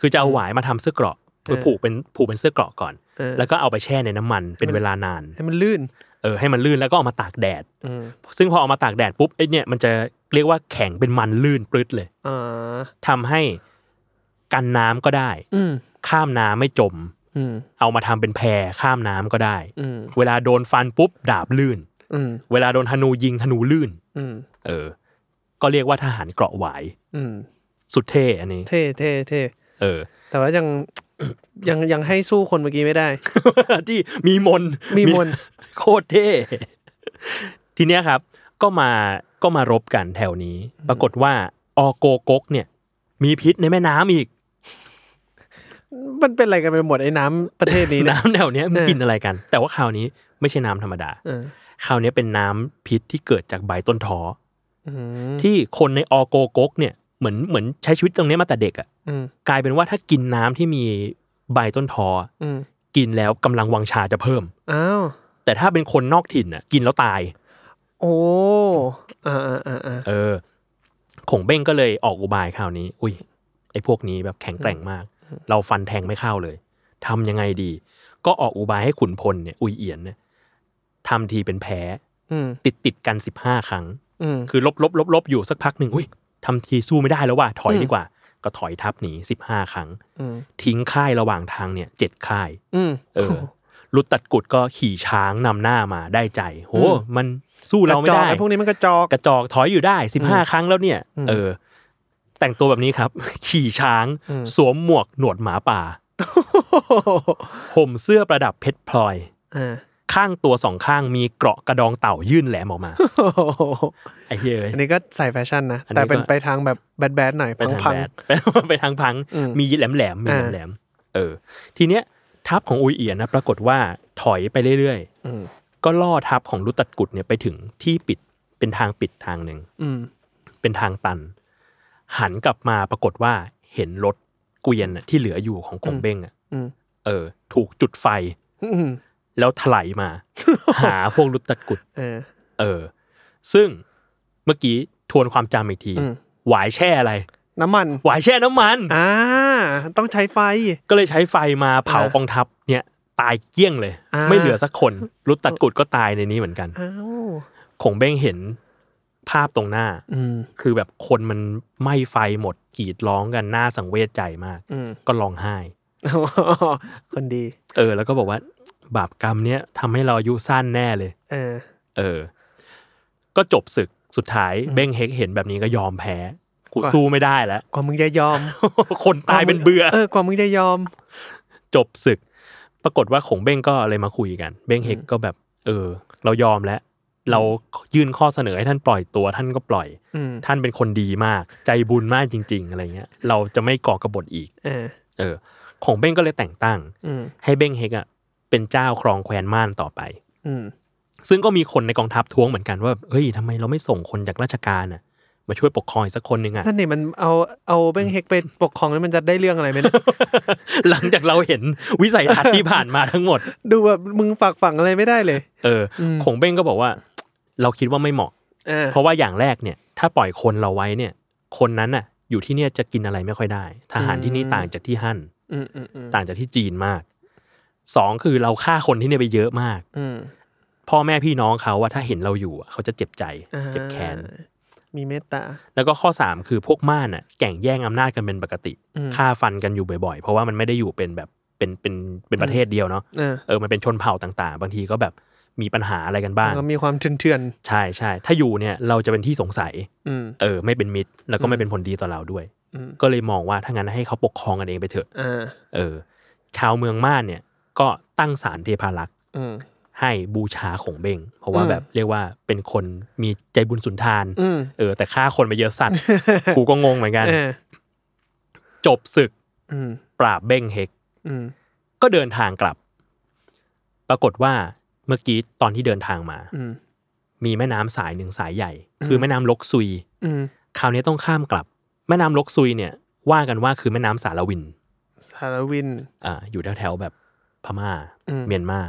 คือจะเอาหวายมาทำเสื้อเกราะ
เออ
ผูกเป็นผูกเป็นเสื้อเกราะก่อน
เออ
แล้วก็เอาไปแช่ในน้ำมันเป็นเวลานาน
ให้มันลื่น
เออให้มันลื่นแล้วก็เอามาตากแดด
อืม
ซึ่งพอเอามาตากแดดปุ๊บไอ้เนี่ยมันจะเรียกว่าแข็งเป็นมันลื่นปลื้ดเลย
อ่า
ทำให้กันน้ำก็ได้
อืม
ข้ามน้ำไม่จม
อืม
เอามาทำเป็นแพข้ามน้ำก็ได้
อืม
เวลาโดนฟันปุ๊บดาบลื่น
อืม
เวลาโดนธนูยิงธนูลื่น
อืม
เออ ก็เรียกว่าทหารเกราะหวาย
อืม
สุดเท่อันนี้
เท่เท่เท่
เอ อ
แต่ว่ายัง ยังยังให้สู้คนเมื่อกี้ไม่ได้
ที่มีมนต์
มีมนต์
โคตรเท่ ทีเนี้ยครับ ก็มาก็มารบกันแถวนี้ ปรากฏว่าออโกกกเนี่ย มีพิษในแม่น้ำอีก
มันเป็นอะไรกันไปหมดไอ้น้ำประเทศนี้เนะ
น้ำแถวเนี้ยมัน
เออ
กินอะไรกัน แต่ว่าคราวนี้ไม่ใช่น้ำธรรมดา
เออ
คราวนี้เป็นน้ำพิษที่เกิดจากใบต้นท้อ
อื
อ
ม
ที่คนในออโกกกเนี่ยเหมือนเหมือนใช้ชีวิตตรงเนี้ยมาแต่เด็กอะ
อืม
กลายเป็นว่าถ้ากินน้ำที่มีใบต้นท้อ
อืม
กินแล้วกำลังวังชาจะเพิ่ม
อ้าว
แต่ถ้าเป็นคนนอกถิ่นน่ะกินแล้วตาย
โอ้อ่าอ่าอ่าอ่า
เออ ขงเบ้งก็เลยออกอุบายคราวนี้ อุ้ย ไอ้พวกนี้แบบแข็งแกร่งมาก เราฟันแทงไม่เข้าเลย ทำยังไงดี ก็ออกอุบายให้ขุนพลเนี่ย อุยเอียนเนี่ยทำทีเป็นแพ้
อืม
ติดติดๆกันสิบห้าครั้ง
อืม
คือลบลบลบลบอยู่สักพักหนึ่งอุ้ยทำทีสู้ไม่ได้แล้วว่า ถอย
อืม
ดีกว่า ก็ถอยทับหนีสิบห้าครั้ง
อืม
ทิ้งค่ายระหว่างทางเนี่ยเจ็ดค่าย
อืม
เออ ลุดตัดกุดก็ขี่ช้างนำหน้ามาได้ใจ โห
อืม
มันสู้เราไม่
กะจอก
ได้
อ้พวกนี้มันกระจอก
กระจอกถอยอยู่ได้สิบห้าครั้งแล้วเนี่ย
อืม
เออ แต่งตัวแบบนี้ครับ ขี่ช้าง
อืม
สวมหมวกหนวดหมาป่า ห่มเสื้อประดับเพชรพลอย
อ่า
ข้างตัวสองข้างมีเกราะกระดองเต่ายื่นแหลมออก มา ไอ้เฮ้ย
อันนี้ก็ใส่แฟชั่นนะ
อันนี้
แต่เป็น
ก็
ไปทางแบบแบดแบดๆหน่อย
ไปทาง
พัง
แบด ไปทางพัง
อืม
มีแหลมแหลมๆมีแหลม
อ่า
แหลมๆเออ ทีเนี้ย ทัพของอุยเอียนนะปรากฏว่าถอยไปเรื่อย
ๆอืม
ๆ ก็ล่อทัพของลุตตัดกุดเนี่ยไปถึงที่ปิดเป็นทางปิดทางหนึ่ง
อืม
เป็นทางตัน หันกลับมาปรากฏว่าเห็นรถเกวียนน่ะที่เหลืออยู่ของกงเบ้งอ่ะ
อืม
เออ ถูกจุดไฟ
อืม
แล้วถลายมา หาพวกลุตตะกุด
เออ
เออ ซึ่งเมื่อกี้ทวนความจำอีกที
อืม
หวายแช่อะไร
น้ำมัน
หวายแช่น้ำมัน
อ่า ต้องใช้ไฟ
ก็เลยใช้ไฟมาเผากองทัพเนี่ยตายเกลี้ยงเลย
อ่า
ไม่เหลือสักคนลุตตะกุดก็ตายในนี้เหมือนกัน
อ้าว
คงเบ้งเห็นภาพตรงหน้า
อืม
คือแบบคนมันไหม้ไฟหมดกรีดร้องกันหน้าสังเวชใจมาก
อืม
ก็ร้องไห้
คนดี
เออ แล้วก็บอกว่า บาปกรรมเนี้ยทำให้เราอายุสั้นแน่เลย
เออ
เออ ก็จบศึกสุดท้ายเบ้งเฮกเห็นแบบนี้ก็ยอมแพ้ กูสู้ไม่ได้แล้ว
กว่ามึงจะยอม
คน ตายเป็นเบื่อ
เออกว่ามึงจะยอม
จบศึก ปรากฏว่าของเบ้งก็เลยมาคุยกัน เบ้งเฮกก็แบบ เออ เรายอมแล้ว เรายื่นข้อเสนอให้ท่านปล่อยตัว ท่านก็ปล่อย
อืม
ท่านเป็นคนดีมาก ใจบุญมากจริง ๆ อะไรเงี้ย เราจะไม่ก่อกบฏอีก
เออ
เออ ของเบ้งก็เลยแต่งตั้ง
อืม
ให้เบ้งเฮกอ่ะเป็นเจ้าครองแคว้นม่านต่อไป
อืม
ซึ่งก็มีคนในกองทัพท้วงเหมือนกันว่าเฮ้ยทำไมเราไม่ส่งคนจากราชการอ่ะ มาช่วยปกครองอีกสักคนหนึ่งอ่ะ
นั่นนี่มันเอาเอาเบ้งเฮกไปปกครองแล้วมันจะได้เรื่องอะไร ไหมเนี่ย
หลังจากเราเห็นวิสัยทัศน์ที่ผ่านมาทั้งหมด
ดูแบบมึงฝากฝังอะไรไม่ได้เลย
เอออ
ม
ขงเบ้งก็บอกว่า เราคิดว่าไม่เหมาะ
อ่า
เพราะว่าอย่างแรกเนี่ย ถ้าปล่อยคนเราไว้เนี่ย คนนั้นน่ะ อยู่ที่เนี่ยจะกินอะไรไม่ค่อยได้ ทหารที่นี่ต่างจากที่ฮั่น
อืมอืมอืม
ต่างจากที่จีนมากสองคือเราฆ่าคนที่เนี่ยไปเยอะมาก
อืม
พ่อแม่พี่น้องเขาว่าถ้าเห็นเราอยู่อะเขาจะเจ็บใจ
อ่า
เจ็บแค้น
มีเมตตา
แล้วก็ข้อสามคือพวกม่านน่ะแก่งแย่งอำนาจกันเป็นปกติ
อืม
ฆ่าฟันกันอยู่บ่อยๆ เพราะว่ามันไม่ได้อยู่เป็นแบบเป็นเป็นเป็นประเทศเดียวเนาะ
เออ
เออมันเป็นชนเผ่าต่างๆ บางทีก็แบบมีปัญหาอะไรกันบ้าง
แล้วก็มีความเถื่อน
ใช่ใช่ถ้าอยู่เนี่ยเราจะเป็นที่สงสัย
ๆอืม
เออไม่เป็นมิตรแล้วก็ไม่เป็นผลดีต่อเราด้วย
อืม
ก็เลยมองว่าถ้างั้นให้เขาปกครองกันเองไปเถอะ
อ่า
เออ ชาวเมืองม่านเนี่ย ก็ตั้งศาลเทพารักษ์
อืม
ให้บูชาของเบงเพราะว่า
อืม
แบบเรียกว่าเป็นคนมีใจบุญสุนทาน
อืม
เออ แต่ฆ่าคนไปเยอะ สัตว์ กูก็งงเหมือนกัน
เออ
จบศึก
อืม
ปราบเบงเฮก
อืม
ก็เดินทางกลับ ปรากฏว่าเมื่อกี้ตอนที่เดินทางมา
อืม
มีแม่น้ำสายหนึ่งสายใหญ่ คือแม่น้ำลกซุย
อืม
คราวนี้ต้องข้ามกลับ แม่น้ำลกซุยเนี่ยว่ากันว่าคือแม่น้ำสารวิน
สารวิน
อาอยู่แถวแถวๆแบบพม่า
อืม
เมียนมา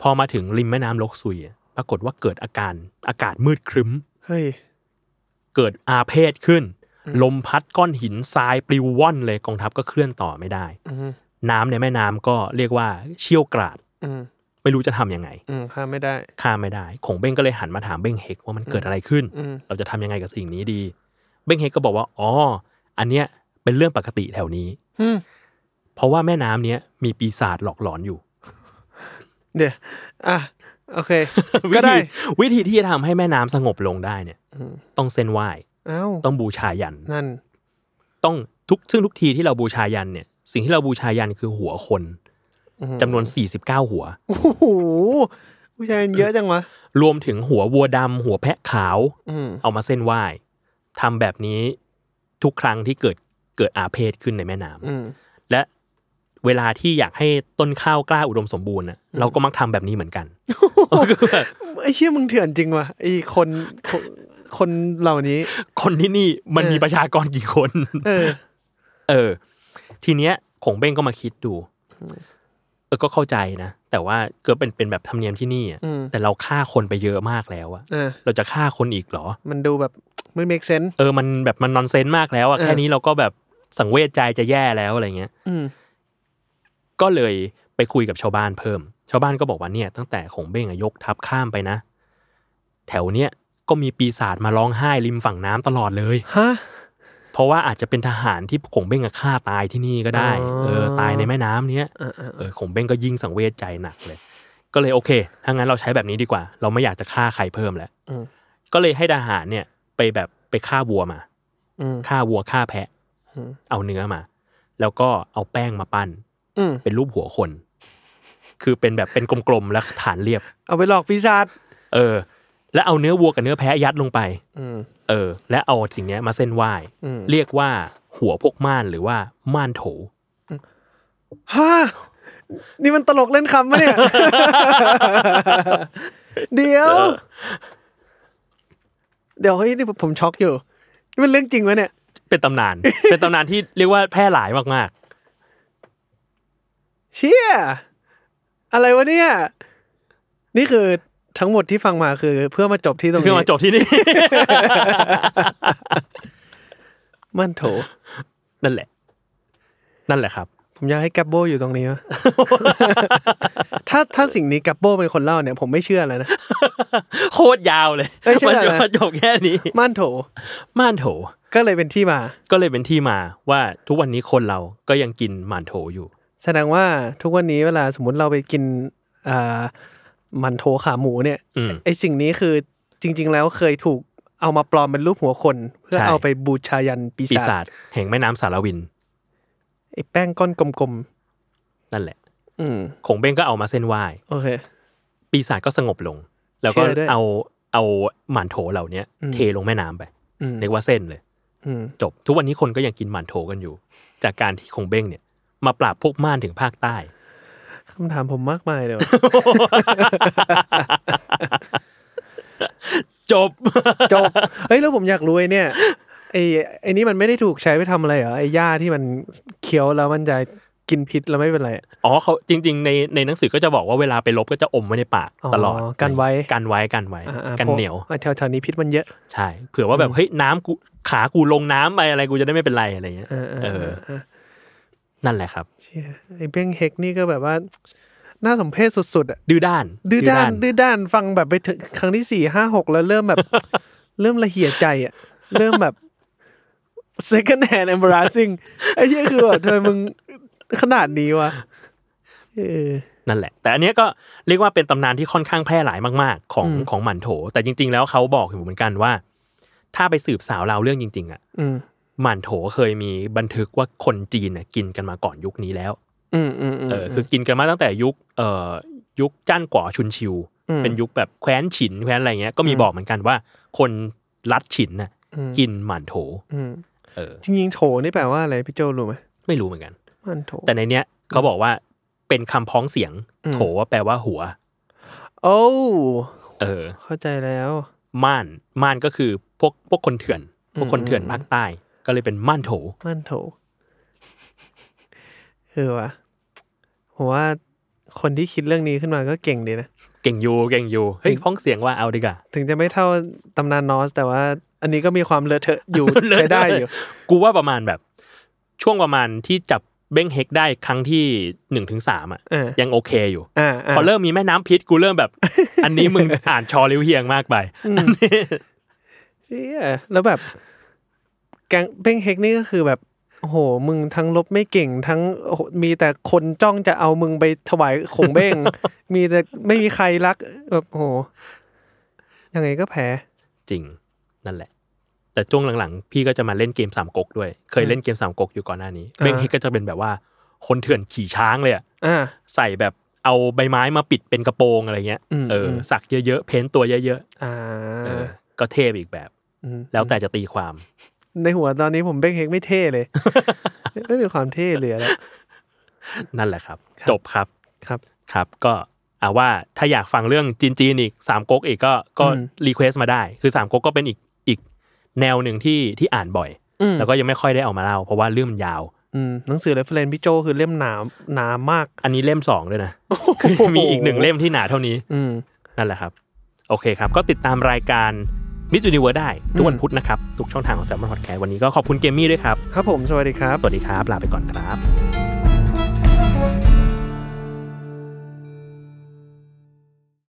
พอมาถึงริมแม่น้ำลกซุยอะปรากฏว่าเกิดอาการอากาศมืดครึ้ม
เฮ้ย
เกิดอาเพศขึ้น ลมพัดก้อนหินทรายปลิวว่อนเลยกองทัพก็เคลื่อนต่อไม่ได้
อืม
น้ำในแม่น้ำก็เรียกว่าเชี่ยวกราด
อืม
ไม่รู้จะทำยังไง
อืมข้ามไม่ได้
ข้ามไม่ได้ขงเบ้งก็เลยหันมาถามเบ้งเฮกว่ามันเกิดอะไรขึ้น
อืม
เราจะทำยังไงกับสิ่งนี้ดี เบ้งเฮกก็บอกว่าอ๋ออันเนี้ยเป็นเรื่องปกติแถวนี้
อืม
เพราะว่าแม่น้ำเนี้ยมีปีศาจหลอกหลอนอยู่
เดี๋ยวอ่ะโอ เค
วิ
ก็ได้
ธีวิธีที่จะทำให้แม่น้ำสงบลงได้เนี่ย
อืม
ต้องเส้นไหว้
เอ้า
ต้องบูชายัน
นั่น
ต้องทุกซึ่งทุกทีที่เราบูชายันเนี่ย สิ่งที่เราบูชายันคือหัวคน
อืม
จำนวน 49 หัว
โอ้โหผู้ชายเยอะจังวะ
รวมถึงหัววัวดำหัวแพะขาว
อืม
เอามาเส้นไหว้ทำแบบนี้ทุกครั้งที่เกิดเกิดอาเพศขึ้นในแม่น้ำ
อืม
และเวลาที่อยากให้ต้นข้าวกล้าอุดมสมบูรณ์น่ะเราก็มักทำแบบนี้เหมือนกัน ก็คือแบบ
ไอ้เชี่ยมึงเถื่อนจริงวะไอ้คนคนคนเหล่านี้
คนที่นี่มันมีประชากรกี่คน
เออ
เออ ทีเนี้ยขงเบ้งก็มาคิดดู เออก็เข้าใจนะ แต่ว่าก็เป็นเป็นแบบธรรมเนียมที่นี่อะ
อืม
แต่เราฆ่าคนไปเยอะมากแล้วอะ
อ่ะ
เราจะฆ่าคนอีกเหรอ
มันดูแบบไม่ make sense
เออมันแบบมันนอนเซนมากแล้วอะ
เออ
แค่นี้เราก็แบบสังเวชใจจะแย่แล้วอะไรเงี้ย
อืม
ก็เลยไปคุยกับชาวบ้านเพิ่ม ชาวบ้านก็บอกว่าเนี่ย ตั้งแต่ขงเบ้งอะยกทัพข้ามไปนะ แถวเนี้ยก็มีปีศาจมาร้องไห้ริมฝั่งน้ำตลอดเลย
ฮะ
เพราะว่าอาจจะเป็นทหารที่ขงเบ้งอะฆ่าตายที่นี่ก็ได้
อ๋อ
เออตายในแม่น้ำเนี้ย
อ่ะอ่ะ
เออของเบ้งก็ยิ่งสังเวชใจหนักเลย ก็เลยโอเค ถ้างั้นเราใช้แบบนี้ดีกว่า เราไม่อยากจะฆ่าใครเพิ่มแล้ว
อืม
ก็เลยให้ทหารเนี่ยไปแบบไปฆ่าวัวมา
อืม
ฆ่าวัวฆ่าแพะ
อืม
เอาเนื้อมา แล้วก็เอาแป้งมาปั้น
อืม
เป็นรูปหัวคน คือเป็นแบบเป็นกลมๆ แล้วฐานเรียบ
เอาไปหลอกปีศาจ
เออ แล้วเอาเนื้อวัวกับเนื้อแพะยัดลงไป
อืม
เออ และเอาสิ่งเนี้ยมาเส้นไหว้
อืม
เรียกว่าหัวพวกม่านหรือว่าม่านโถ
ฮะนี่มันตลกเล่นคำปะเนี่ย เดี๋ยว เดี๋ยวเฮ้ยนี่ผมช็อกอยู่ นี่มันเรื่องจริงวะเนี่ย
เป็นตำนาน เป็นตำนานที่เรียกว่าแพร่หลายมากๆ
เชี่ย อะไรวะเนี่ย นี่คือทั้งหมดที่ฟังมาคือ เพื่อมาจบที่ตรง
คือ
นี้
มาจบที่นี่
มันโถ
นั่นแหละ นั่นแหละครับ
ผมอยากให้แกปโบอยู่ตรงนี้ว ะ ถ้าถ้าสิ่งนี้แกปโบเป็นคนเล่าเนี่ย ผมไม่เชื่อแล้วนะ
โคตรยาวเลย
เอ้ยเชื่อ
มั
นะ
จบแค่นี้
มันโถ
ม่านโถ
ก็เลยเป็นที่มา
ก็เลยเป็นที่มาว่าทุกวันนี้คนเราก็ยังกินม่านโถอยู่
แสดงว่าทุกวันนี้เวลาสมมติเราไปกินอ่ามันโถขาหมูเนี่ย
อืม
ไอสิ่งนี้คือจริง ๆ แล้วเคยถูก เอามาปลอมเป็นรูปหัวคน เพื่อ
ใช่
เอาไปบูชายันปี
ปี
ศา
ศา
จ
จแห่งแม่น้ำสารวิน
ไอ้แป้งก้อนกลม
นั่นแหละ
ๆอืม
ขงเบ้งก็เอามาเส้นไหว้
โอเค
ปีศาจก็สงบลง แล้วก็
เชื่อด้วย
เอาเอาหมานโถเหล่าเนี้ย
อืม
เทลงแม่น้ำไป
อืม
เรียกว่าเส้นเลย
อืม
จบ ทุกวันนี้คนก็ยังกินหมานโถกันอยู่ จากการที่คงเบ้งเนี่ย มาปราบพวกม่านถึงภาคใต้
คำถามผมมากมายเลย ว่ะ
จบ
จบเฮ้ยแล้วผมอยากรู้ไอ้เนี่ยไอ้ไอ้นี่มันไม่ได้ถูกใช้ไปทำอะไรเหรอไอ้หญ้าที่มันเคี้ยวแล้วมันจะกินพิษแล้วไม่เป็นไรอะ
อ๋อเขาจริง ๆ ในในหนังสือก็จะบอกว่าเวลาไปลบก็จะอมไว้ในปาก
อ๋อ
ตลอด
กันไว้
กันไว้กันไว้
อ่าๆ
กันเหนียว
พราะแถวๆนี้พิษมันเยอะ
ใช่ เผื่อว่าแบบเฮ้ยน้ำกูขากูลงน้ำไปอะไรกูจะได้ไม่เป็นไรอะไรเงี้ย
เออเออ
เอ
เอ
อ
อเออ
นั่นแหละครับ
เชี่ยไอ้เบ้งเฮกนี่ก็แบบว่า น่าสมเพชสุดๆอะ
ดื้อด้าน
ดื้อด้านดื้อด้านฟังแบบไปถึงครั้งที่สี่ห้าหกแล้วเริ่ มแบบ เริ่มละเหี่ยใจอะเริ่มแบบ second hand embarrassing ไอ้เชี่ยคือแบบทำไมมึงขนาดนี้วะเออ
นั่นแหละ แต่อันเนี้ยก็เรียกว่าเป็นตำนานที่ค่อนข้างแพร่หลายมากๆ ของ
อืม
ของหมันโถ แต่จริง ๆ แล้วเขาบอกอยู่เหมือนกันว่า ถ้าไปสืบสาวราวเรื่องจริง ๆ อ่ะ
อืม
หมันโถเคยมีบันทึกว่าคนจีนน่ะกินกันมาก่อนยุคนี้แล้ว
อืมอืมอืม
เออคือกินกันมาตั้งแต่ยุคเอ่อยุคจ้านกว่อชุนชิว
อืม
เป็นยุคแบบแคว้นฉินแคว้นอะไรเงี้ยก็มีบอกเหมือนกันว่า คนรัดฉินน่ะ
อืม
กินหมันโถ
อืม
เออ
จริงๆโถนี่แปลว่าอะไรพี่โจรู้ไหม
ไม่รู้เหมือนกัน
มันโถ
แต่ในเนี้ยเขาบอกว่าเป็นคำพ้องเสียง
อืม
โถว่าแปลว่าหัว
โอ้
เออ
เข้าใจแล้ว
ม่านม่านก็คือพวกพวกคนเถื่อน พวกคนเถื่อน
อืม
ภาคใต้ ก็เลยเป็นม่านโถ
มันโถคือวะผมว่าคนที่คิดเรื่องนี้ขึ้นมาก็เก่งดีนะ
เก่งอยูเก่งอยูเฮ้ยพ้องเสียงว่าเอาดีกว่า
ถึงจะไม่เท่าตำนานนอส แต่ว่า อันนี้ก็มีความเล อะเทอะอยู่ ใช้ได้อยู่
กูว่าประมาณแบบ ช่วงประมาณที่จับเบ้งเฮกได้ครั้งที่หนึ่งถึงสามอ่ะ
เออ
ยังโอเคอยู่
อ่า
พอเริ่มมีแม่น้ำพิษกูเริ่มแบบ อันนี้มึงอ่านชอริ้วเฮียงมากไปอันนี้
เชี่ยแล้วแบบ แกงเป้งเฮกนี่ก็คือแบบโอ้โห มึงทั้งลบไม่เก่ง ทั้งโอ้โหมีแต่คนจ้องจะเอามึงไปถวายขงเบ้ ง มีแต่ไม่มีใครรักแบบโอ้โหยังไงก็แพ้
จริงนั่นแหละ แต่ช่วงหลังๆ พี่ก็จะมาเล่นเกมสามก๊กด้วย เคยเล่นเกมสามก๊กอยู่ก่อนหน้านี้
อ่า
เบ้งเฮกก็จะเป็นแบบว่า คนเถื่อนขี่ช้างเลยอะ
อ่า
ใส่แบบเอาใบไม้มาปิดเป็นกระโปรงอะไรเงี้ย
อืม
เอออ
ม
สักเยอะๆ เพ้นตัวเยอะ
อ่า
ๆ เออ ก็เทพอีกแบบ
ม
แล้วแต่จะตีความ
ในหัวตอนนี้ผมเบ้งเฮกไม่เท่เลย ไม่มีความเท่เหลยแล้ว
นั่นแหละครับ
ครับ
จบครับ
ครับ
ครับ ก็เอาว่าถ้าอยากฟังเรื่องจีนจีนๆอีกสามก๊กอีกก็ ก็
อืม
รีเควสมาได้ คือสามก๊กก็เป็นอีก อีกแนวหนึ่งที่ ที่อ่านบ่อย
อืม
แล้วก็ยังไม่ค่อยได้เออกมาเล่า เพราะว่าเรื่องมันยาว
อืมหนังสือเรฟเฟรนพี่โจคือเล่มหนาหนามาก
อันนี้เล่มสองด้วยนะ คือมีอีกหนึ่งเล่มที่หนาเท่านี้
อืม
นั่นแหละครับ โอเคครับ ก็ติดตามรายการมิจูนิเวิร์ได้ ทุกวันพุธนะครับ ทุกช่องทางของแซมมอนพอดแคสต์วันนี้ก็ขอบคุณเกมมี่ด้วยครับ
ครับผมสวัสดีครับ
สวัสดีครับ ลาไปก่อนครับ